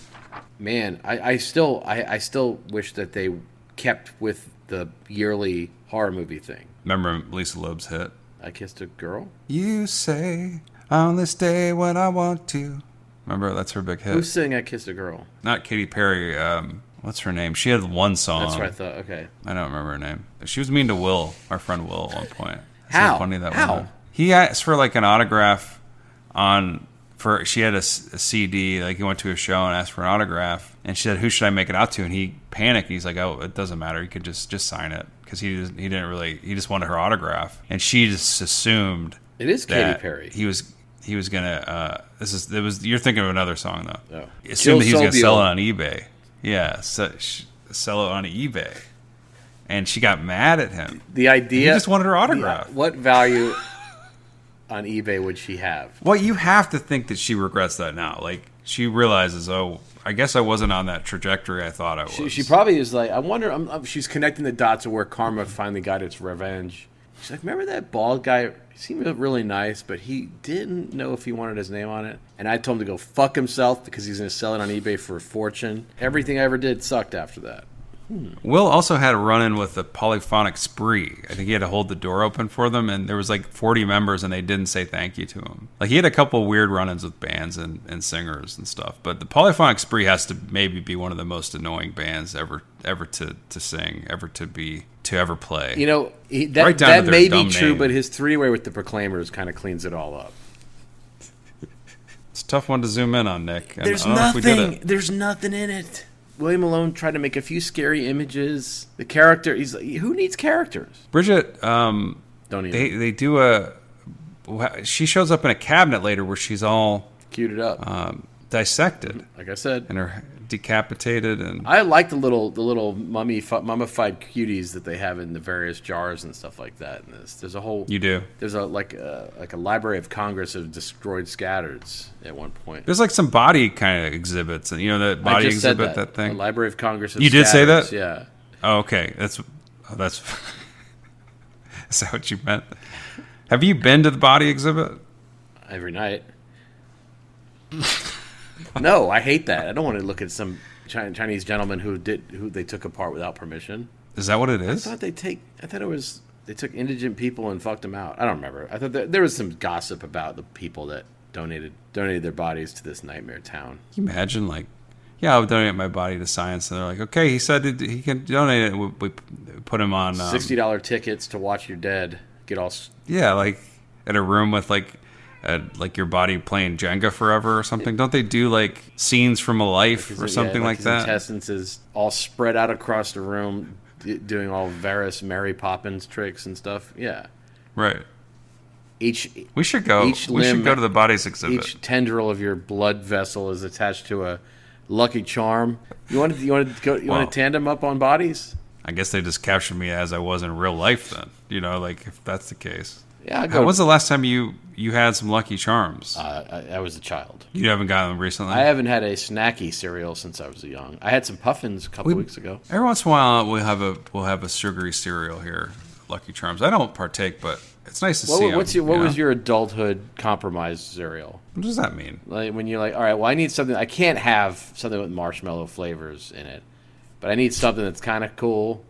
Speaker 1: Man, I, I still I, I still wish that they kept with the yearly horror movie thing.
Speaker 4: Remember Lisa Loeb's hit?
Speaker 1: I kissed a girl.
Speaker 4: You say I only stay when I want to. Remember that's her big hit.
Speaker 1: Who's saying I kissed a girl?
Speaker 4: not Katy Perry. Um, what's her name? She had one song.
Speaker 1: That's what I thought. Okay.
Speaker 4: I don't remember her name. She was mean to Will, our friend Will, at one point. It's
Speaker 1: How?
Speaker 4: So funny that
Speaker 1: How?
Speaker 4: woman. He asked for like an autograph on for she had a, s- a CD. Like he went to a show and asked for an autograph, and she said, "Who should I make it out to?" And he panicked. He's like, "Oh, it doesn't matter. You could just just sign it." Because he just, he didn't really he just wanted her autograph, and she just assumed
Speaker 1: It is Katy
Speaker 4: that
Speaker 1: Perry.
Speaker 4: He was he was gonna. Uh, this is it was. You're thinking of another song though.
Speaker 1: Oh.
Speaker 4: Assumed that he was gonna
Speaker 1: Jill
Speaker 4: sell it
Speaker 1: Sobule.
Speaker 4: on eBay. Yeah, se- sh- sell it on eBay, and she got mad at him.
Speaker 1: the idea
Speaker 4: He just wanted her autograph.
Speaker 1: What value on eBay would she have?
Speaker 4: Well, you have to think that she regrets that now. Like she realizes, oh, I guess I wasn't on that trajectory I thought I was.
Speaker 1: She, she probably is like, I wonder. I'm, I'm- she's connecting the dots of where karma finally got its revenge. She's like, remember that bald guy? He seemed really nice, but he didn't know if he wanted his name on it. And I told him to go fuck himself because he's going to sell it on eBay for a fortune. Everything I ever did sucked after that.
Speaker 4: Will also had a run in with the polyphonic spree. I think he had to hold the door open for them, and there was like 40 members, and they didn't say thank you to him. Like he had a couple weird run ins with bands and, and singers and stuff. But the polyphonic spree has to maybe be one of the most annoying bands ever ever to, to sing, ever to be to ever play.
Speaker 1: You know, he, that,
Speaker 4: Right down to
Speaker 1: that
Speaker 4: their
Speaker 1: may be
Speaker 4: dumb
Speaker 1: true,
Speaker 4: name.
Speaker 1: but his three way with the Proclaimers kind of cleans it all up.
Speaker 4: it's a tough one to zoom in on, Nick. and
Speaker 1: There's
Speaker 4: I don't know if we did
Speaker 1: nothing.
Speaker 4: it.
Speaker 1: There's nothing in it. William Malone tried to make a few scary images. The character, he's like, who needs characters?
Speaker 4: Bridget, um,
Speaker 1: Don't even
Speaker 4: they they do a. She shows up in a cabinet later where she's all
Speaker 1: cute it up.
Speaker 4: um, dissected
Speaker 1: like I said,
Speaker 4: and her decapitated and
Speaker 1: I like the little the little mummy fu- mummified cuties that they have in the various jars and stuff like that. And this, there's a whole
Speaker 4: you do.
Speaker 1: there's a like a like a Library of Congress of destroyed scattereds at one point.
Speaker 4: There's like some body kind of exhibits, and you know that body
Speaker 1: I just said
Speaker 4: exhibit that. thing.
Speaker 1: A Library of Congress. Of
Speaker 4: You did say
Speaker 1: Scattereds,
Speaker 4: that?
Speaker 1: yeah.
Speaker 4: oh, okay, that's oh, that's is that what you meant? Have you been to the body exhibit?
Speaker 1: Every night. no, I hate that. I don't want to look at some Chi- Chinese gentleman who did who they took apart without permission.
Speaker 4: Is that what it
Speaker 1: I
Speaker 4: is?
Speaker 1: thought they take. I thought it was they took indigent people and fucked them out. I don't remember. I thought there, there was some gossip about the people that donated donated their bodies to this nightmare town.
Speaker 4: Can you imagine like, yeah, I'll donate my body to science, and they're like, okay, he said that he can donate it. We, we put him on um,
Speaker 1: Sixty dollar tickets to watch your dead get all. s-
Speaker 4: Yeah, like in a room with like at like your body playing Jenga forever or something. Don't they do like scenes from a life or something
Speaker 1: Yeah,
Speaker 4: like
Speaker 1: his
Speaker 4: that?
Speaker 1: Intestines is all spread out across the room, d- doing all various Mary Poppins tricks and stuff. Yeah,
Speaker 4: Right.
Speaker 1: each
Speaker 4: We should go.
Speaker 1: Each
Speaker 4: we
Speaker 1: limb-
Speaker 4: should go to the bodies exhibit.
Speaker 1: each tendril of your blood vessel is attached to a Lucky Charm. You want to you want to go, you
Speaker 4: Wow.
Speaker 1: want to tandem up on bodies?
Speaker 4: I guess they just captured me as I was in real life. Then you know, like if that's the case.
Speaker 1: Yeah, I
Speaker 4: How
Speaker 1: go.
Speaker 4: was the last time you you had some Lucky Charms?
Speaker 1: uh, I, I was a child.
Speaker 4: you haven't gotten them recently.
Speaker 1: I haven't had a snacky cereal since I was young. I had some puffins a couple weeks ago.
Speaker 4: Every once in a while, we'll have a we'll have a sugary cereal here. Lucky Charms. I don't partake, but it's nice to see. um,
Speaker 1: What,
Speaker 4: 'em,
Speaker 1: what's your, what
Speaker 4: you
Speaker 1: was
Speaker 4: know?
Speaker 1: your adulthood compromise cereal?
Speaker 4: What does that mean?
Speaker 1: Like when you're like, all right, well, I need something. I can't have something with marshmallow flavors in it, but I need something that's kind of cool.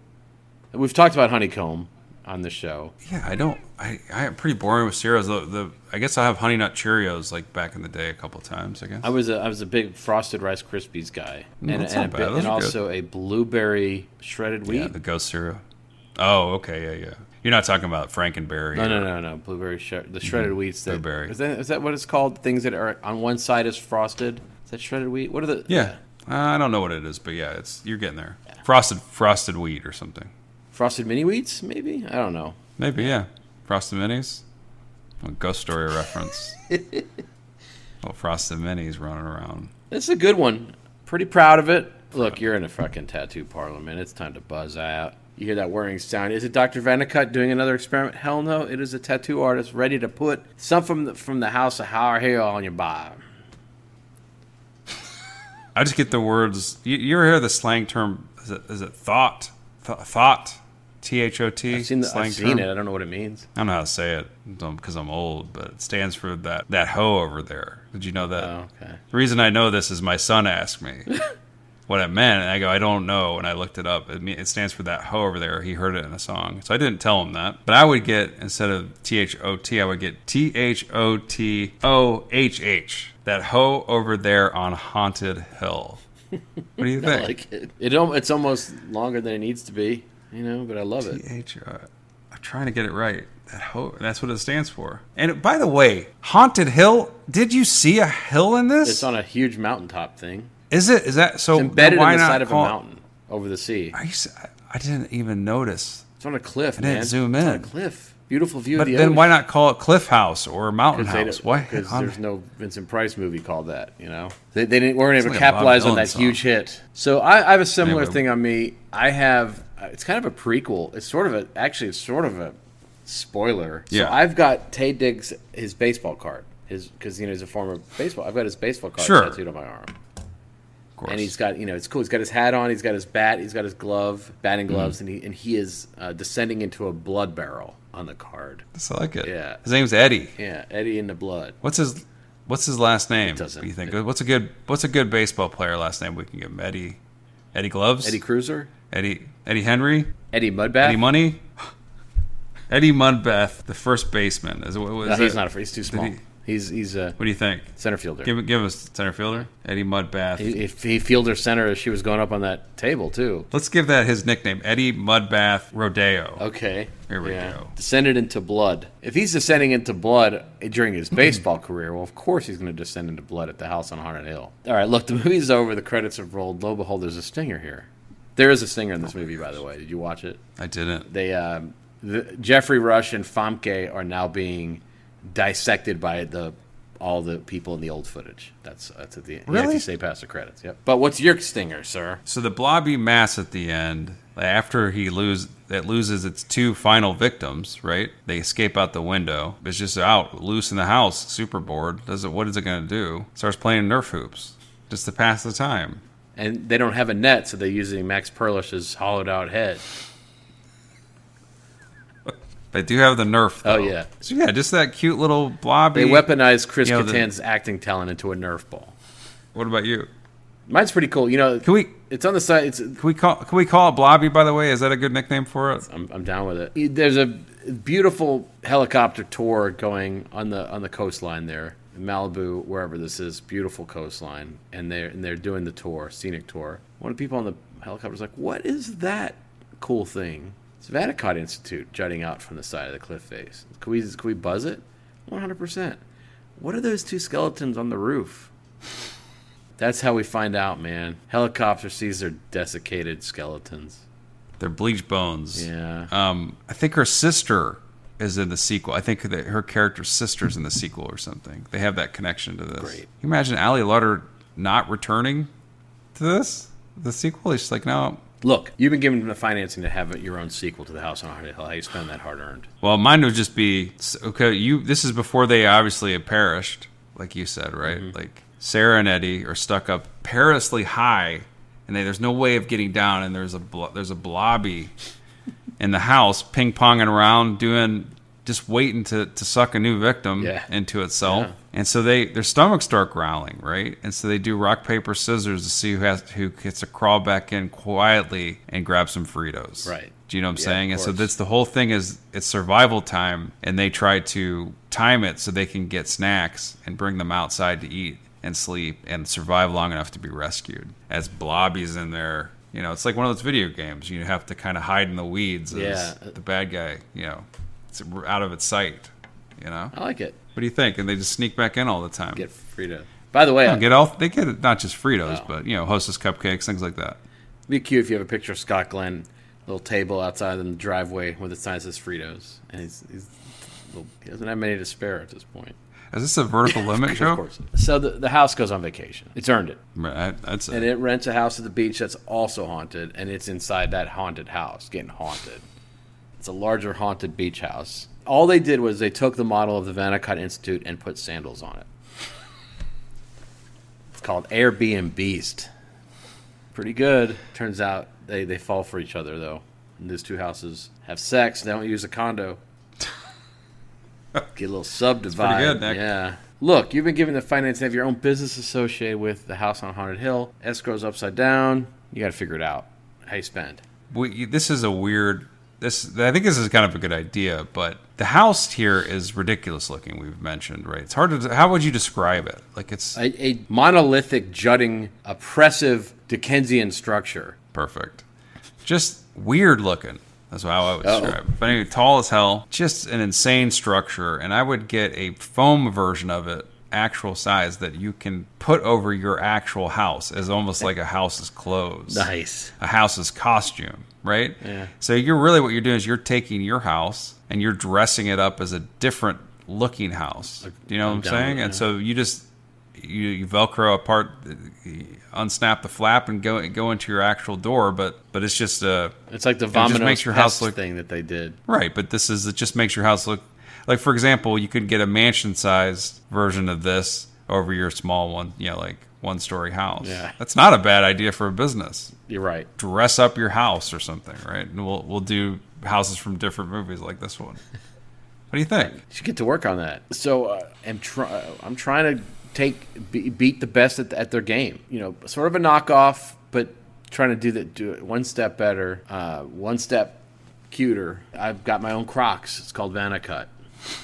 Speaker 1: And We've talked about honeycomb on the show.
Speaker 4: Yeah, I don't. I I am pretty boring with cereals. The, the I guess I have Honey Nut Cheerios like back in the day a couple times. I guess.
Speaker 1: I was a I was a big frosted Rice Krispies guy,
Speaker 4: Mm,
Speaker 1: and,
Speaker 4: that's
Speaker 1: and,
Speaker 4: not
Speaker 1: a
Speaker 4: bad.
Speaker 1: bit,
Speaker 4: Those
Speaker 1: and
Speaker 4: are good.
Speaker 1: also a blueberry shredded wheat.
Speaker 4: yeah, the ghost cereal. Oh, okay, yeah, yeah. You're not talking about Frankenberry.
Speaker 1: no,
Speaker 4: or-
Speaker 1: no, no, no. Blueberry sh- the shredded wheats. That,
Speaker 4: Mm-hmm. Blueberry.
Speaker 1: Is that, is that what it's called? Things that are on one side is frosted. Is that shredded wheat? What are the?
Speaker 4: Yeah, Uh, I don't know what it is, but yeah, it's you're getting there. Frosted frosted wheat or something.
Speaker 1: frosted mini wheats? Maybe I don't know.
Speaker 4: Maybe yeah. Frosted minis. A ghost story reference. Little frosted minis running around.
Speaker 1: It's a good one. Pretty proud of it. Look, you're in a fucking tattoo parlor, man. It's time to buzz out. You hear that whirring sound? Is it Dr. Vanicut doing another experiment? Hell no. It is a tattoo artist ready to put some from the, from the house of Howard Hill on your body.
Speaker 4: I just get the words. You, you ever hear the slang term? Is it, is it thought? Th- thought. T H O T.
Speaker 1: I've seen, the,
Speaker 4: slang
Speaker 1: I've seen
Speaker 4: term?
Speaker 1: it. I don't know what it means.
Speaker 4: I don't know how to say it because I'm old, but it stands for that that hoe over there. Did you know that?
Speaker 1: Oh, okay.
Speaker 4: The reason I know this is my son asked me what it meant, and I go, I don't know. And I looked it up. It, me- it stands for that hoe over there. He heard it in a song, so I didn't tell him that. But I would get instead of T H O T, I would get T H O T O H H. That hoe over there on haunted hill. What do you
Speaker 1: I
Speaker 4: think?
Speaker 1: like it. it. al- It's almost longer than it needs to be, you know, but I love it.
Speaker 4: H. uh, I'm trying to get it right. That ho- that's what it stands for. And by the way, haunted hill. Did you see a hill in this?
Speaker 1: It's on a huge mountaintop thing.
Speaker 4: is it? Is that so?
Speaker 1: It's embedded
Speaker 4: why
Speaker 1: in the
Speaker 4: not
Speaker 1: side of a
Speaker 4: call-
Speaker 1: mountain over the sea.
Speaker 4: I, used to- I didn't even notice.
Speaker 1: It's on a cliff,
Speaker 4: didn't
Speaker 1: man.
Speaker 4: zoom
Speaker 1: It's on
Speaker 4: in.
Speaker 1: a cliff. Beautiful view
Speaker 4: But
Speaker 1: of the
Speaker 4: then
Speaker 1: ocean.
Speaker 4: why not call it Cliff House or Mountain
Speaker 1: They
Speaker 4: House?
Speaker 1: don't-
Speaker 4: Why? on-
Speaker 1: there's no Vincent Price movie called that. You know, they, they didn't weren't able
Speaker 4: like
Speaker 1: to
Speaker 4: a Bob
Speaker 1: capitalize on
Speaker 4: Dylan
Speaker 1: that
Speaker 4: song.
Speaker 1: huge hit. So I, I have a similar
Speaker 4: Anyway.
Speaker 1: thing on me. I have uh, it's kind of a prequel. It's sort of a actually it's sort of a spoiler. So
Speaker 4: Yeah.
Speaker 1: I've got Tay Diggs his baseball card. His because you know he's a former baseball. I've got his baseball card
Speaker 4: Sure.
Speaker 1: tattooed on my arm.
Speaker 4: of course.
Speaker 1: And he's got, you know, it's cool. He's got his hat on. He's got his bat. He's got his glove, batting gloves, and he and he is uh, descending into a blood barrel on the card.
Speaker 4: I like it.
Speaker 1: Yeah.
Speaker 4: His name's Eddie.
Speaker 1: Yeah, Eddie in the blood.
Speaker 4: What's his What's his last name?
Speaker 1: doesn't-
Speaker 4: You think what's a good What's a good baseball player last name we can give him? Eddie. Eddie Gloves.
Speaker 1: Eddie Cruiser.
Speaker 4: Eddie. Eddie Henry.
Speaker 1: Eddie Mudbath.
Speaker 4: Eddie Money? Eddie Mudbeth, the first baseman. Is, what, was
Speaker 1: No, he's
Speaker 4: it?
Speaker 1: not a free. He's too small.
Speaker 4: he-
Speaker 1: he's he's a
Speaker 4: What do you think?
Speaker 1: center fielder.
Speaker 4: Give, give us center fielder. Eddie Mudbath.
Speaker 1: if he fielded center as she was going up on that table too.
Speaker 4: Let's give that his nickname Eddie Mudbath Rodeo.
Speaker 1: Okay.
Speaker 4: Here we go.
Speaker 1: Descended into blood. If he's descending into blood during his baseball career, well, of course he's going to descend into blood at the house on Haunted Hill. All right, look, the movie's over. The credits have rolled. Lo and behold, there's a stinger here. There is a stinger in this movie, by the way. Did you watch it?
Speaker 4: I didn't.
Speaker 1: They um, the, Jeffrey Rush and Famke are now being dissected by the all the people in the old footage. That's that's at the end. Yeah, if
Speaker 4: Really?
Speaker 1: you stay past the credits. Yep. But what's your stinger, sir?
Speaker 4: So the blobby mass at the end, after he lose that loses its two final victims, right? They escape out the window. It's just out loose in the house, super bored. Does it? What is it going to do? Starts playing Nerf hoops just to pass the time.
Speaker 1: And they don't have a net, so they're using Max Perlish's hollowed out head.
Speaker 4: They do have the Nerf. Though.
Speaker 1: Oh, yeah.
Speaker 4: So yeah, just that cute little blobby.
Speaker 1: They weaponized Chris
Speaker 4: you know, the-
Speaker 1: Kattan's acting talent into a Nerf ball.
Speaker 4: What about you?
Speaker 1: Mine's pretty cool. You know,
Speaker 4: Can we can
Speaker 1: it's on the side. It's
Speaker 4: we call can we call it blobby? By the way, is that a good nickname for it?
Speaker 1: I'm, I'm down with it. There's a beautiful helicopter tour going on the on the coastline there, in Malibu, wherever this is. Beautiful coastline, and they're and they're doing the tour, scenic tour. One of the people on the helicopter's like, "What is that cool thing?" It's Vaticott Institute jutting out from the side of the cliff face. Can we can we buzz it? One hundred percent. What are those two skeletons on the roof? That's how we find out, man. Helicopter sees their desiccated skeletons.
Speaker 4: They're bleached bones.
Speaker 1: Yeah.
Speaker 4: Um, I think her sister is in the sequel. I think that her character's sister's in the sequel or something. They have that connection to this.
Speaker 1: Great.
Speaker 4: Can you imagine Ali Lauder not returning to this? The sequel? He's just like, no.
Speaker 1: Look, you've been given the financing to have your own sequel to The House on Haunted Hill. How you spend that hard earned?
Speaker 4: Well, mine would just be okay. You. This is before they obviously have perished, like you said, right?
Speaker 1: Mm-hmm.
Speaker 4: Like Sarah and Eddie are stuck up perilously high, and they, there's no way of getting down. And there's a blo- there's a blobby in the house, ping ponging around, doing just waiting to, to suck a new victim
Speaker 1: Yeah.
Speaker 4: into itself. And so they their stomachs start growling, right? And so they do rock paper scissors to see who has who gets to crawl back in quietly and grab some Fritos.
Speaker 1: Right.
Speaker 4: Do you know what I'm
Speaker 1: Yeah,
Speaker 4: saying?
Speaker 1: of
Speaker 4: And so
Speaker 1: course.
Speaker 4: that's the whole thing is it's survival time, and they try to time it so they can get snacks and bring them outside to eat and sleep and survive long enough to be rescued. As blobbies in there, you know, it's like one of those video games. You have to kind of hide in the weeds as
Speaker 1: Yeah.
Speaker 4: the bad guy, you know, it's out of its sight. You know,
Speaker 1: I like it.
Speaker 4: what do you think? And they just sneak back in all the time.
Speaker 1: Get Frida. By the way,
Speaker 4: Yeah,
Speaker 1: it'd
Speaker 4: get all they get not just Fritos, but you know, Hostess cupcakes, things like that.
Speaker 1: be cute if you have a picture of Scott Glenn, little table outside in the driveway with a sign that says Fritos, and he's, he's he doesn't have many to spare at this point.
Speaker 4: Is this a vertical limit joke?
Speaker 1: Of course. So the, the house goes on vacation. It's earned it.
Speaker 4: Right, that's
Speaker 1: And it rents a house at the beach that's also haunted, and it's inside that haunted house, getting haunted. It's a larger haunted beach house. All they did was they took the model of the Vanicut Institute and put sandals on it. It's called Airbnb Beast. Pretty good. Turns out they, they fall for each other, though. And these two houses have sex. They don't use a condo. Get a little subdivided.
Speaker 4: good, Nick.
Speaker 1: Yeah. Look, you've been given the finance to have your own business associated with the house on Haunted Hill. Escrow's upside down. You got to figure it out. How you spend.
Speaker 4: we, this is a weird this i think this is kind of a good idea but the house here is ridiculous looking we've mentioned right it's hard to how would you describe it like it's
Speaker 1: a, a monolithic, jutting, oppressive Dickensian structure.
Speaker 4: perfect just weird looking that's how i would describe it but anyway tall as hell just an insane structure and i would get a foam version of it actual size that you can put over your actual house as almost like a house's clothes
Speaker 1: Nice.
Speaker 4: a house's costume, right? Yeah. So you're really what you're doing is you're taking your house and you're dressing it up as a different looking house. Do you know what I'm
Speaker 1: down
Speaker 4: saying?
Speaker 1: with
Speaker 4: And so you just you, you velcro apart, you unsnap the flap, and go go into your actual door. But but it's just a
Speaker 1: It's like the
Speaker 4: just
Speaker 1: vomit
Speaker 4: makes your house look-
Speaker 1: thing that they did.
Speaker 4: Right, but this is it just makes your house look like for example, you could get a mansion sized version of this over your small one, you know, like one story house.
Speaker 1: Yeah.
Speaker 4: That's not a bad idea for a business.
Speaker 1: You're right.
Speaker 4: Dress up your house or something, right? And we'll we'll do houses from different movies like this one. What do you think?
Speaker 1: You should get to work on that. So uh, I'm try- I'm trying to take be- beat the best at, at their game. You know, sort of a knockoff, but trying to do that do it one step better, uh, one step cuter. I've got my own Crocs. It's called Vanicut,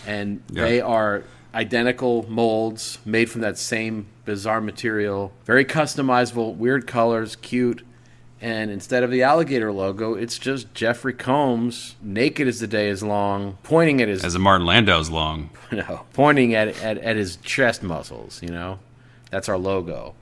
Speaker 1: and
Speaker 4: Yeah.
Speaker 1: they are identical molds made from that same bizarre material. Very customizable, weird colors, cute. And instead of the alligator logo, it's just Jeffrey Combs, naked as the day is long, pointing at his
Speaker 4: As a Martin Landau's long.
Speaker 1: no, pointing at, at, at his chest muscles, you know? That's our logo.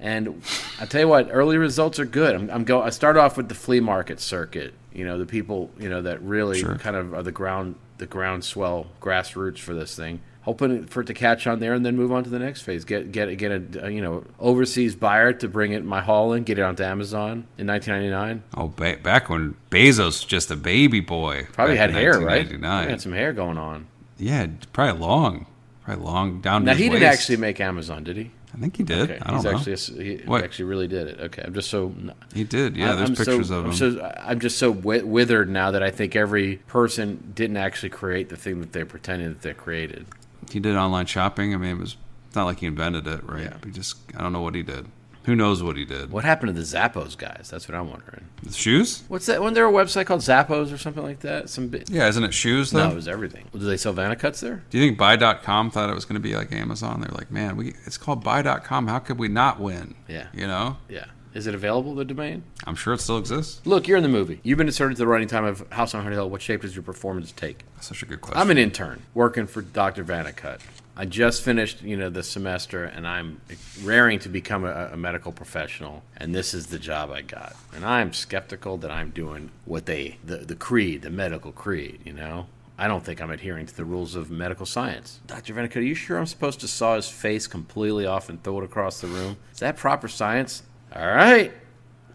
Speaker 1: And I tell you what, early results are good. I'm, I'm go. I start off with the flea market circuit. You know, the people you know that really kind of are the ground, the groundswell, grassroots for this thing. Hoping for it to catch on there, and then move on to the next phase. Get get get a uh, you know overseas buyer to bring it my haul in, get it onto Amazon in 1999.
Speaker 4: Oh, ba- back when Bezos was just a baby boy.
Speaker 1: Probably
Speaker 4: back
Speaker 1: had
Speaker 4: in
Speaker 1: hair, right?
Speaker 4: 1999.
Speaker 1: Probably had some hair going on.
Speaker 4: Yeah, probably long. Probably long down to
Speaker 1: Now
Speaker 4: his
Speaker 1: he didn't
Speaker 4: waist.
Speaker 1: actually make Amazon, did he?
Speaker 4: I think he did.
Speaker 1: Okay,
Speaker 4: I don't
Speaker 1: he's
Speaker 4: know.
Speaker 1: actually a s he
Speaker 4: What?
Speaker 1: actually really did it. Okay, I'm just so
Speaker 4: he did. Yeah,
Speaker 1: I-
Speaker 4: there's
Speaker 1: I'm so-
Speaker 4: pictures of him.
Speaker 1: I'm so I'm just so wi- withered now that I think every person didn't actually create the thing that they pretended that they created.
Speaker 4: he did online shopping. I mean, it was it's not like he invented it, right?
Speaker 1: Yeah.
Speaker 4: He just I don't know what he did. Who knows what he did?
Speaker 1: What happened to the Zappos guys? That's what I'm wondering.
Speaker 4: shoes?
Speaker 1: What's that? Wasn't there a website called Zappos or something like that? Some bi-
Speaker 4: Yeah, isn't it shoes though?
Speaker 1: no, it was everything. Do they sell Vanicuts there?
Speaker 4: Do you think buy.com thought it was going to be like Amazon? They're like, "Man, we it's called buy.com. How could we not win?"
Speaker 1: Yeah.
Speaker 4: You know?
Speaker 1: Yeah. Is it available the domain?
Speaker 4: I'm sure it still exists.
Speaker 1: Look, you're in the movie. You've been inserted to the running time of House on Haunted Hill. What shape does your performance take?
Speaker 4: That's such a good question.
Speaker 1: I'm an intern working for Dr. Vanicut. I just finished, you know, the semester, and I'm raring to become a, a medical professional, and this is the job I got. And I'm skeptical that I'm doing what they, the, the creed, the medical creed, you know? I don't think I'm adhering to the rules of medical science. Dr. Venica, are you sure I'm supposed to saw his face completely off and throw it across the room? Is that proper science? All right.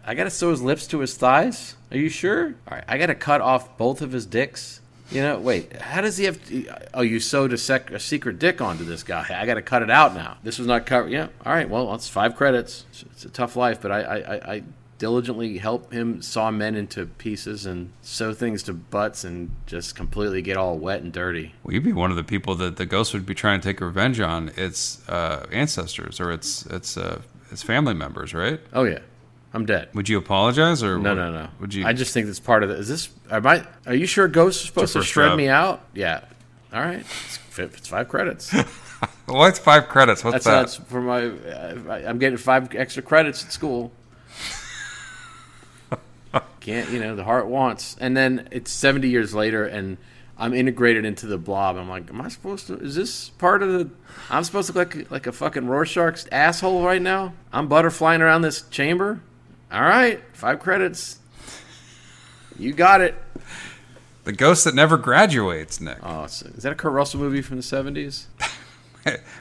Speaker 1: I gotta sew his lips to his thighs? Are you sure? All right, I gotta cut off both of his dicks. You know, wait, how does he have? To, oh, you sewed a, sec, a secret dick onto this guy. I got to cut it out now. This was not covered. Yeah, all right. Well, that's five credits. It's, it's a tough life, but I, I, I, I diligently help him saw men into pieces and sew things to butts and just completely get all wet and dirty.
Speaker 4: Well, you'd be one of the people that the ghost would be trying to take revenge on. Its uh, ancestors or its its uh, its family members, right?
Speaker 1: Oh yeah, I'm dead.
Speaker 4: Would you apologize or
Speaker 1: No,
Speaker 4: would,
Speaker 1: no, no.
Speaker 4: Would you?
Speaker 1: I just think that's part of it. Is this? Am I? Are you sure ghosts are supposed to
Speaker 4: first
Speaker 1: shred
Speaker 4: job.
Speaker 1: me out? Yeah. All right. It's, fi- it's five credits.
Speaker 4: well, it's five credits.
Speaker 1: That's
Speaker 4: What's that?
Speaker 1: that's for my. Uh, I'm getting five extra credits at school. Can't you know the heart wants, and then it's 70 years later, and I'm integrated into the blob. I'm like, am I supposed to? Is this part of the? I'm supposed to look like like a fucking Rorschach's asshole right now. I'm butterflying around this chamber. All right, five credits. You got it.
Speaker 4: the ghost that never graduates, Nick.
Speaker 1: Oh, it's- is that a Kurt Russell movie from the 70s?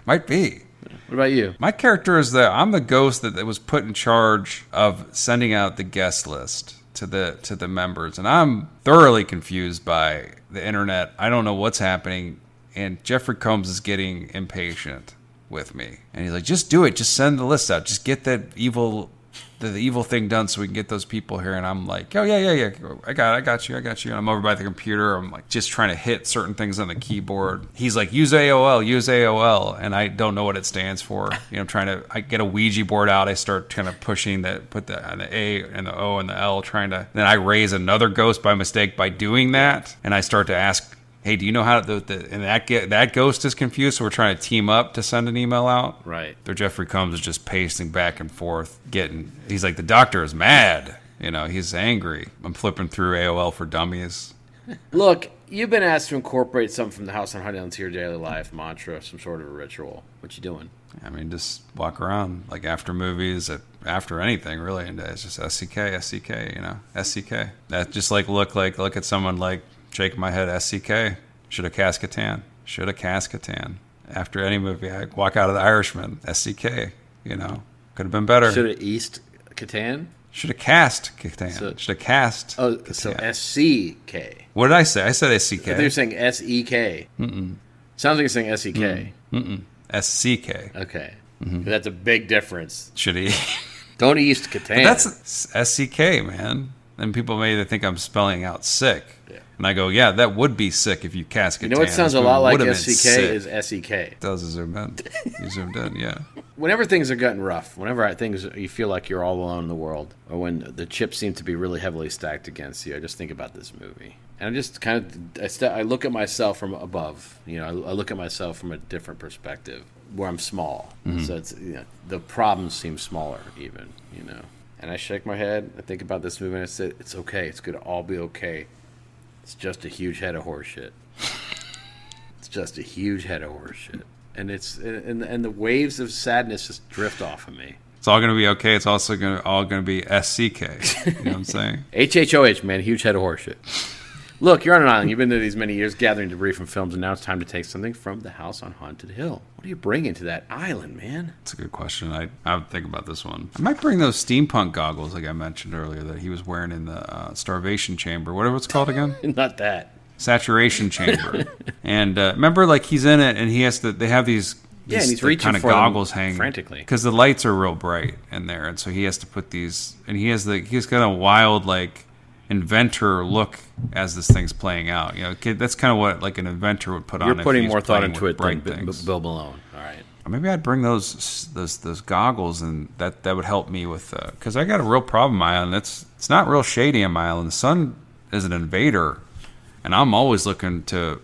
Speaker 4: Might be.
Speaker 1: What about you?
Speaker 4: My character is the I'm the ghost that, that was put in charge of sending out the guest list to the to the members, and I'm thoroughly confused by the internet. I don't know what's happening, and Jeffrey Combs is getting impatient with me, and he's like, "Just do it. Just send the list out. Just get that evil." The, the evil thing done so we can get those people here and i'm like oh yeah yeah yeah i got it, i got you i got you and i'm over by the computer i'm like just trying to hit certain things on the keyboard he's like use aol use aol and i don't know what it stands for you know i'm trying to i get a ouija board out i start kind of pushing that put the, on the a and the o and the l trying to then i raise another ghost by mistake by doing that and i start to ask hey do you know how the, the and that get that ghost is confused so we're trying to team up to send an email out
Speaker 1: Right.
Speaker 4: their Jeffrey Combs is just pacing back and forth, getting. He's like, the doctor is mad. You know, he's angry. I'm flipping through AOL for Dummies.
Speaker 1: Look, you've been asked to incorporate something from the House on Honey into your daily life, mantra, some sort of a ritual. What you doing?
Speaker 4: I mean, just walk around like after movies, at- after anything really, and uh, it's just SCK, SCK. You know, SCK. That just like look like look at someone like shake my head. SCK. Should have Cascatan. Should have Cascatan. After any movie, I walk out of the Irishman. SCK. You know, could have been better.
Speaker 1: Should it East Catan?
Speaker 4: Should have cast Catan.
Speaker 1: So-
Speaker 4: Should have cast.
Speaker 1: Oh, so
Speaker 4: Catan.
Speaker 1: S C K.
Speaker 4: What did I say? I said
Speaker 1: They're
Speaker 4: SCK.
Speaker 1: saying S E K. Sounds like you're saying S E K.
Speaker 4: SCK.
Speaker 1: Okay. That's a big difference.
Speaker 4: Should he?
Speaker 1: Don't East Catan.
Speaker 4: That's SCK, man. And people may think I'm spelling out sick. And I go, yeah, that would be sick if you cast
Speaker 1: you know what sounds a lot like S C K is S E K.
Speaker 4: does zoom in. You zoomed in, yeah.
Speaker 1: whenever things are getting rough, whenever I- things you feel like you're all alone in the world, or when the chips seem to be really heavily stacked against you, I just think about this movie, and I just kind of I, st- I look at myself from above. You know, I, I look at myself from a different perspective where I'm small, so it's you know, the problems seem smaller even. You know, and I shake my head. I think about this movie, and I say, "It's okay. It's gonna all be okay. It's just a huge head of horseshit." It's just a huge head of horseshit, and it's and and the waves of sadness just drift off of me.
Speaker 4: It's all going to be okay. It's also going to all going to be SCK. You know what I'm saying?
Speaker 1: HHOH, man, huge head of horseshit. Look, you're on an island. You've been there these many years gathering debris from films, and now it's time to take something from the house on Haunted Hill. What are you bringing to that island, man?
Speaker 4: That's a good question. I, I would think about this one. I might bring those steampunk goggles, like I mentioned earlier, that he was wearing in the uh, starvation chamber. Whatever it's called again.
Speaker 1: Not that.
Speaker 4: saturation chamber. and uh, remember, like he's in it, and he has to. They have these.
Speaker 1: Yeah, and he's reaching
Speaker 4: kind of
Speaker 1: for them
Speaker 4: goggles hanging
Speaker 1: frantically.
Speaker 4: because the lights are real bright in there, and so he has to put these. And he has the he's got a wild like inventor look as this thing's playing out. You know, kid, that's kind of what like an inventor would put on.
Speaker 1: You're
Speaker 4: if
Speaker 1: putting
Speaker 4: he's
Speaker 1: more thought
Speaker 4: playing
Speaker 1: into
Speaker 4: with
Speaker 1: it than
Speaker 4: bright
Speaker 1: B- B-
Speaker 4: things.
Speaker 1: Bill Malone. All right.
Speaker 4: Or Maybe I'd bring those those those goggles, and that that would help me with because I got a real problem on my island. It's it's not real shady on my island. The sun is an invader, and I'm always looking to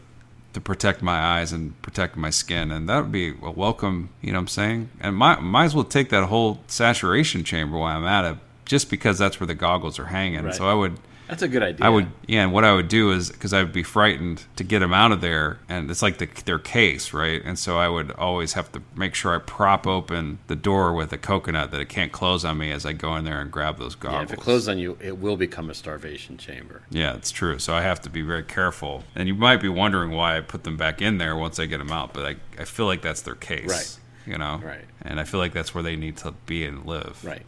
Speaker 4: to protect my eyes and protect my skin, and that would be a welcome. You know what I'm saying? And might might as well take that whole saturation chamber while I'm at it, just because that's where the goggles are hanging.
Speaker 1: Right.
Speaker 4: So I would.
Speaker 1: That's a good idea.
Speaker 4: I would, yeah. And what I would do is because I would be frightened to get him out of there, and it's like the, their case, right? And so I would always have to make sure I prop open the door with a coconut that it can't close on me as I go in there and grab those goggles.
Speaker 1: Yeah, if it closes on you, it will become a starvation chamber.
Speaker 4: Yeah, it's true. So I have to be very careful. And you might be wondering why I put them back in there once I get them out, but I, I feel like that's their case,
Speaker 1: Right.
Speaker 4: You know,
Speaker 1: Right.
Speaker 4: And I feel like that's where they need to be and live,
Speaker 1: Right.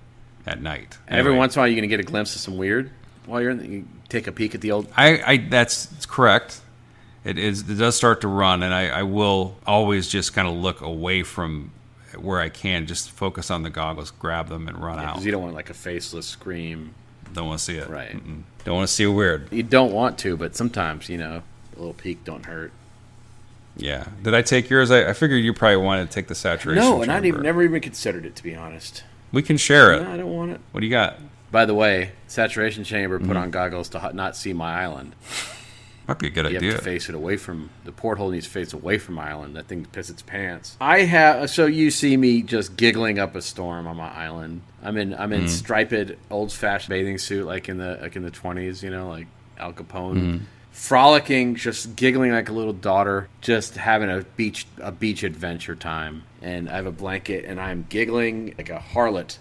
Speaker 4: At night.
Speaker 1: And every
Speaker 4: Anyway.
Speaker 1: once in a while, you're going to get a glimpse of some weird while you're in. The, you take a peek at the old.
Speaker 4: I, I that's it's correct. It is it does start to run, and I, I will always just kind of look away from where I can, just focus on the goggles, grab them, and run out.
Speaker 1: Because you don't want like a faceless scream.
Speaker 4: Don't want to see it.
Speaker 1: Right.
Speaker 4: Mm-mm. Don't want to see weird.
Speaker 1: You don't want to, but sometimes you know a little peek don't hurt.
Speaker 4: Yeah. Did I take yours? I, I figured you probably wanted to take the saturation.
Speaker 1: no, and I
Speaker 4: chamber.
Speaker 1: even never even considered it to be honest.
Speaker 4: We can share it.
Speaker 1: No, I don't want it.
Speaker 4: What do you got?
Speaker 1: By the way, saturation chamber
Speaker 4: Mm-hmm.
Speaker 1: put on goggles to ho- not see my island.
Speaker 4: Might be a good
Speaker 1: You have
Speaker 4: idea.
Speaker 1: to face it away from the porthole needs to face away from Ireland. That thing pisses its pants. I have so you see me just giggling up a storm on my island. I'm in I'm in
Speaker 4: Mm.
Speaker 1: striped old fashioned bathing suit like in the like in the twenties, you know, like Al Capone.
Speaker 4: Mm.
Speaker 1: Frolicking, just giggling like a little daughter, just having a beach a beach adventure time. And I have a blanket and I'm giggling like a harlot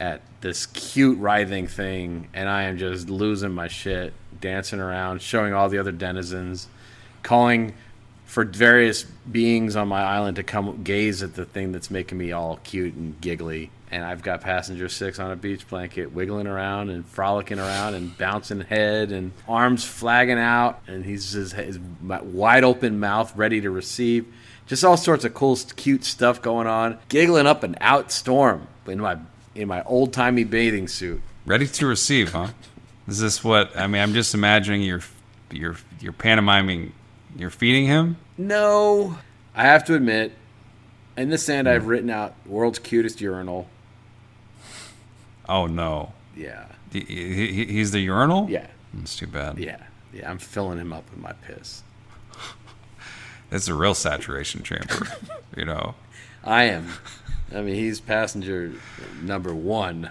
Speaker 1: at this cute writhing thing, and I am just losing my shit, dancing around, showing all the other denizens, calling for various beings on my island to come gaze at the thing that's making me all cute and giggly. And I've got passenger six on a beach blanket, wiggling around and frolicking around and bouncing head and arms flagging out, and he's just his wide open mouth ready to receive. Just all sorts of cool, cute stuff going on. Giggling up an out storm in my in my old timey bathing suit.
Speaker 4: Ready to receive, huh? Is this what? I mean, I'm just imagining you're you're you're pantomiming. You're feeding him.
Speaker 1: No, I have to admit, in the sand, I've written out world's cutest urinal.
Speaker 4: Oh no.
Speaker 1: Yeah,
Speaker 4: He- he- he- he's the urinal.
Speaker 1: yeah,
Speaker 4: That's too bad.
Speaker 1: yeah, yeah. I'm filling him up with my piss.
Speaker 4: It's a real saturation chamber, you know.
Speaker 1: I am. I mean, he's passenger number one.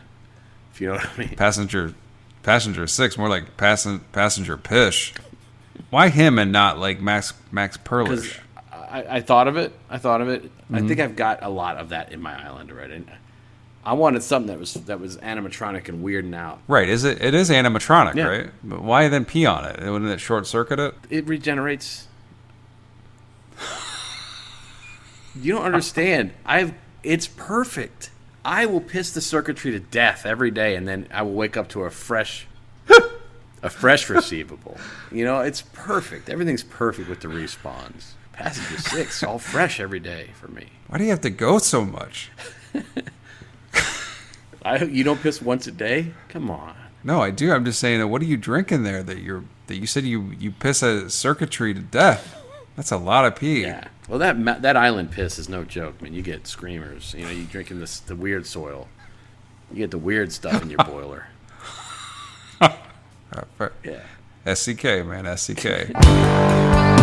Speaker 1: If you know what I mean.
Speaker 4: Passenger, passenger six, more like passen, passenger pish. Why him and not like Max Max Perlish?
Speaker 1: I, I thought of it. I thought of it. I think I've got a lot of that in my island already. I wanted something that was that was animatronic and weird and out.
Speaker 4: Right? Is it? It is animatronic,
Speaker 1: Yeah.
Speaker 4: right? But why then pee on it? Wouldn't it short circuit it?
Speaker 1: It regenerates. you don't understand. I've it's perfect. I will piss the circuitry to death every day, and then I will wake up to a fresh, a fresh receivable. You know, it's perfect. Everything's perfect with the respawns. Passenger six, all fresh every day for me.
Speaker 4: Why do you have to go so much?
Speaker 1: I, you don't piss once a day? Come on.
Speaker 4: No, I do. I'm just saying that. What are you drinking there? That you're that you said you you piss a circuitry to death. That's a lot of pee.
Speaker 1: Yeah. Well, that ma- that island piss is no joke, man. You get screamers. You know, you drinking this the weird soil. You get the weird stuff in your boiler.
Speaker 4: But-
Speaker 1: Yeah.
Speaker 4: SCK, man, SCK.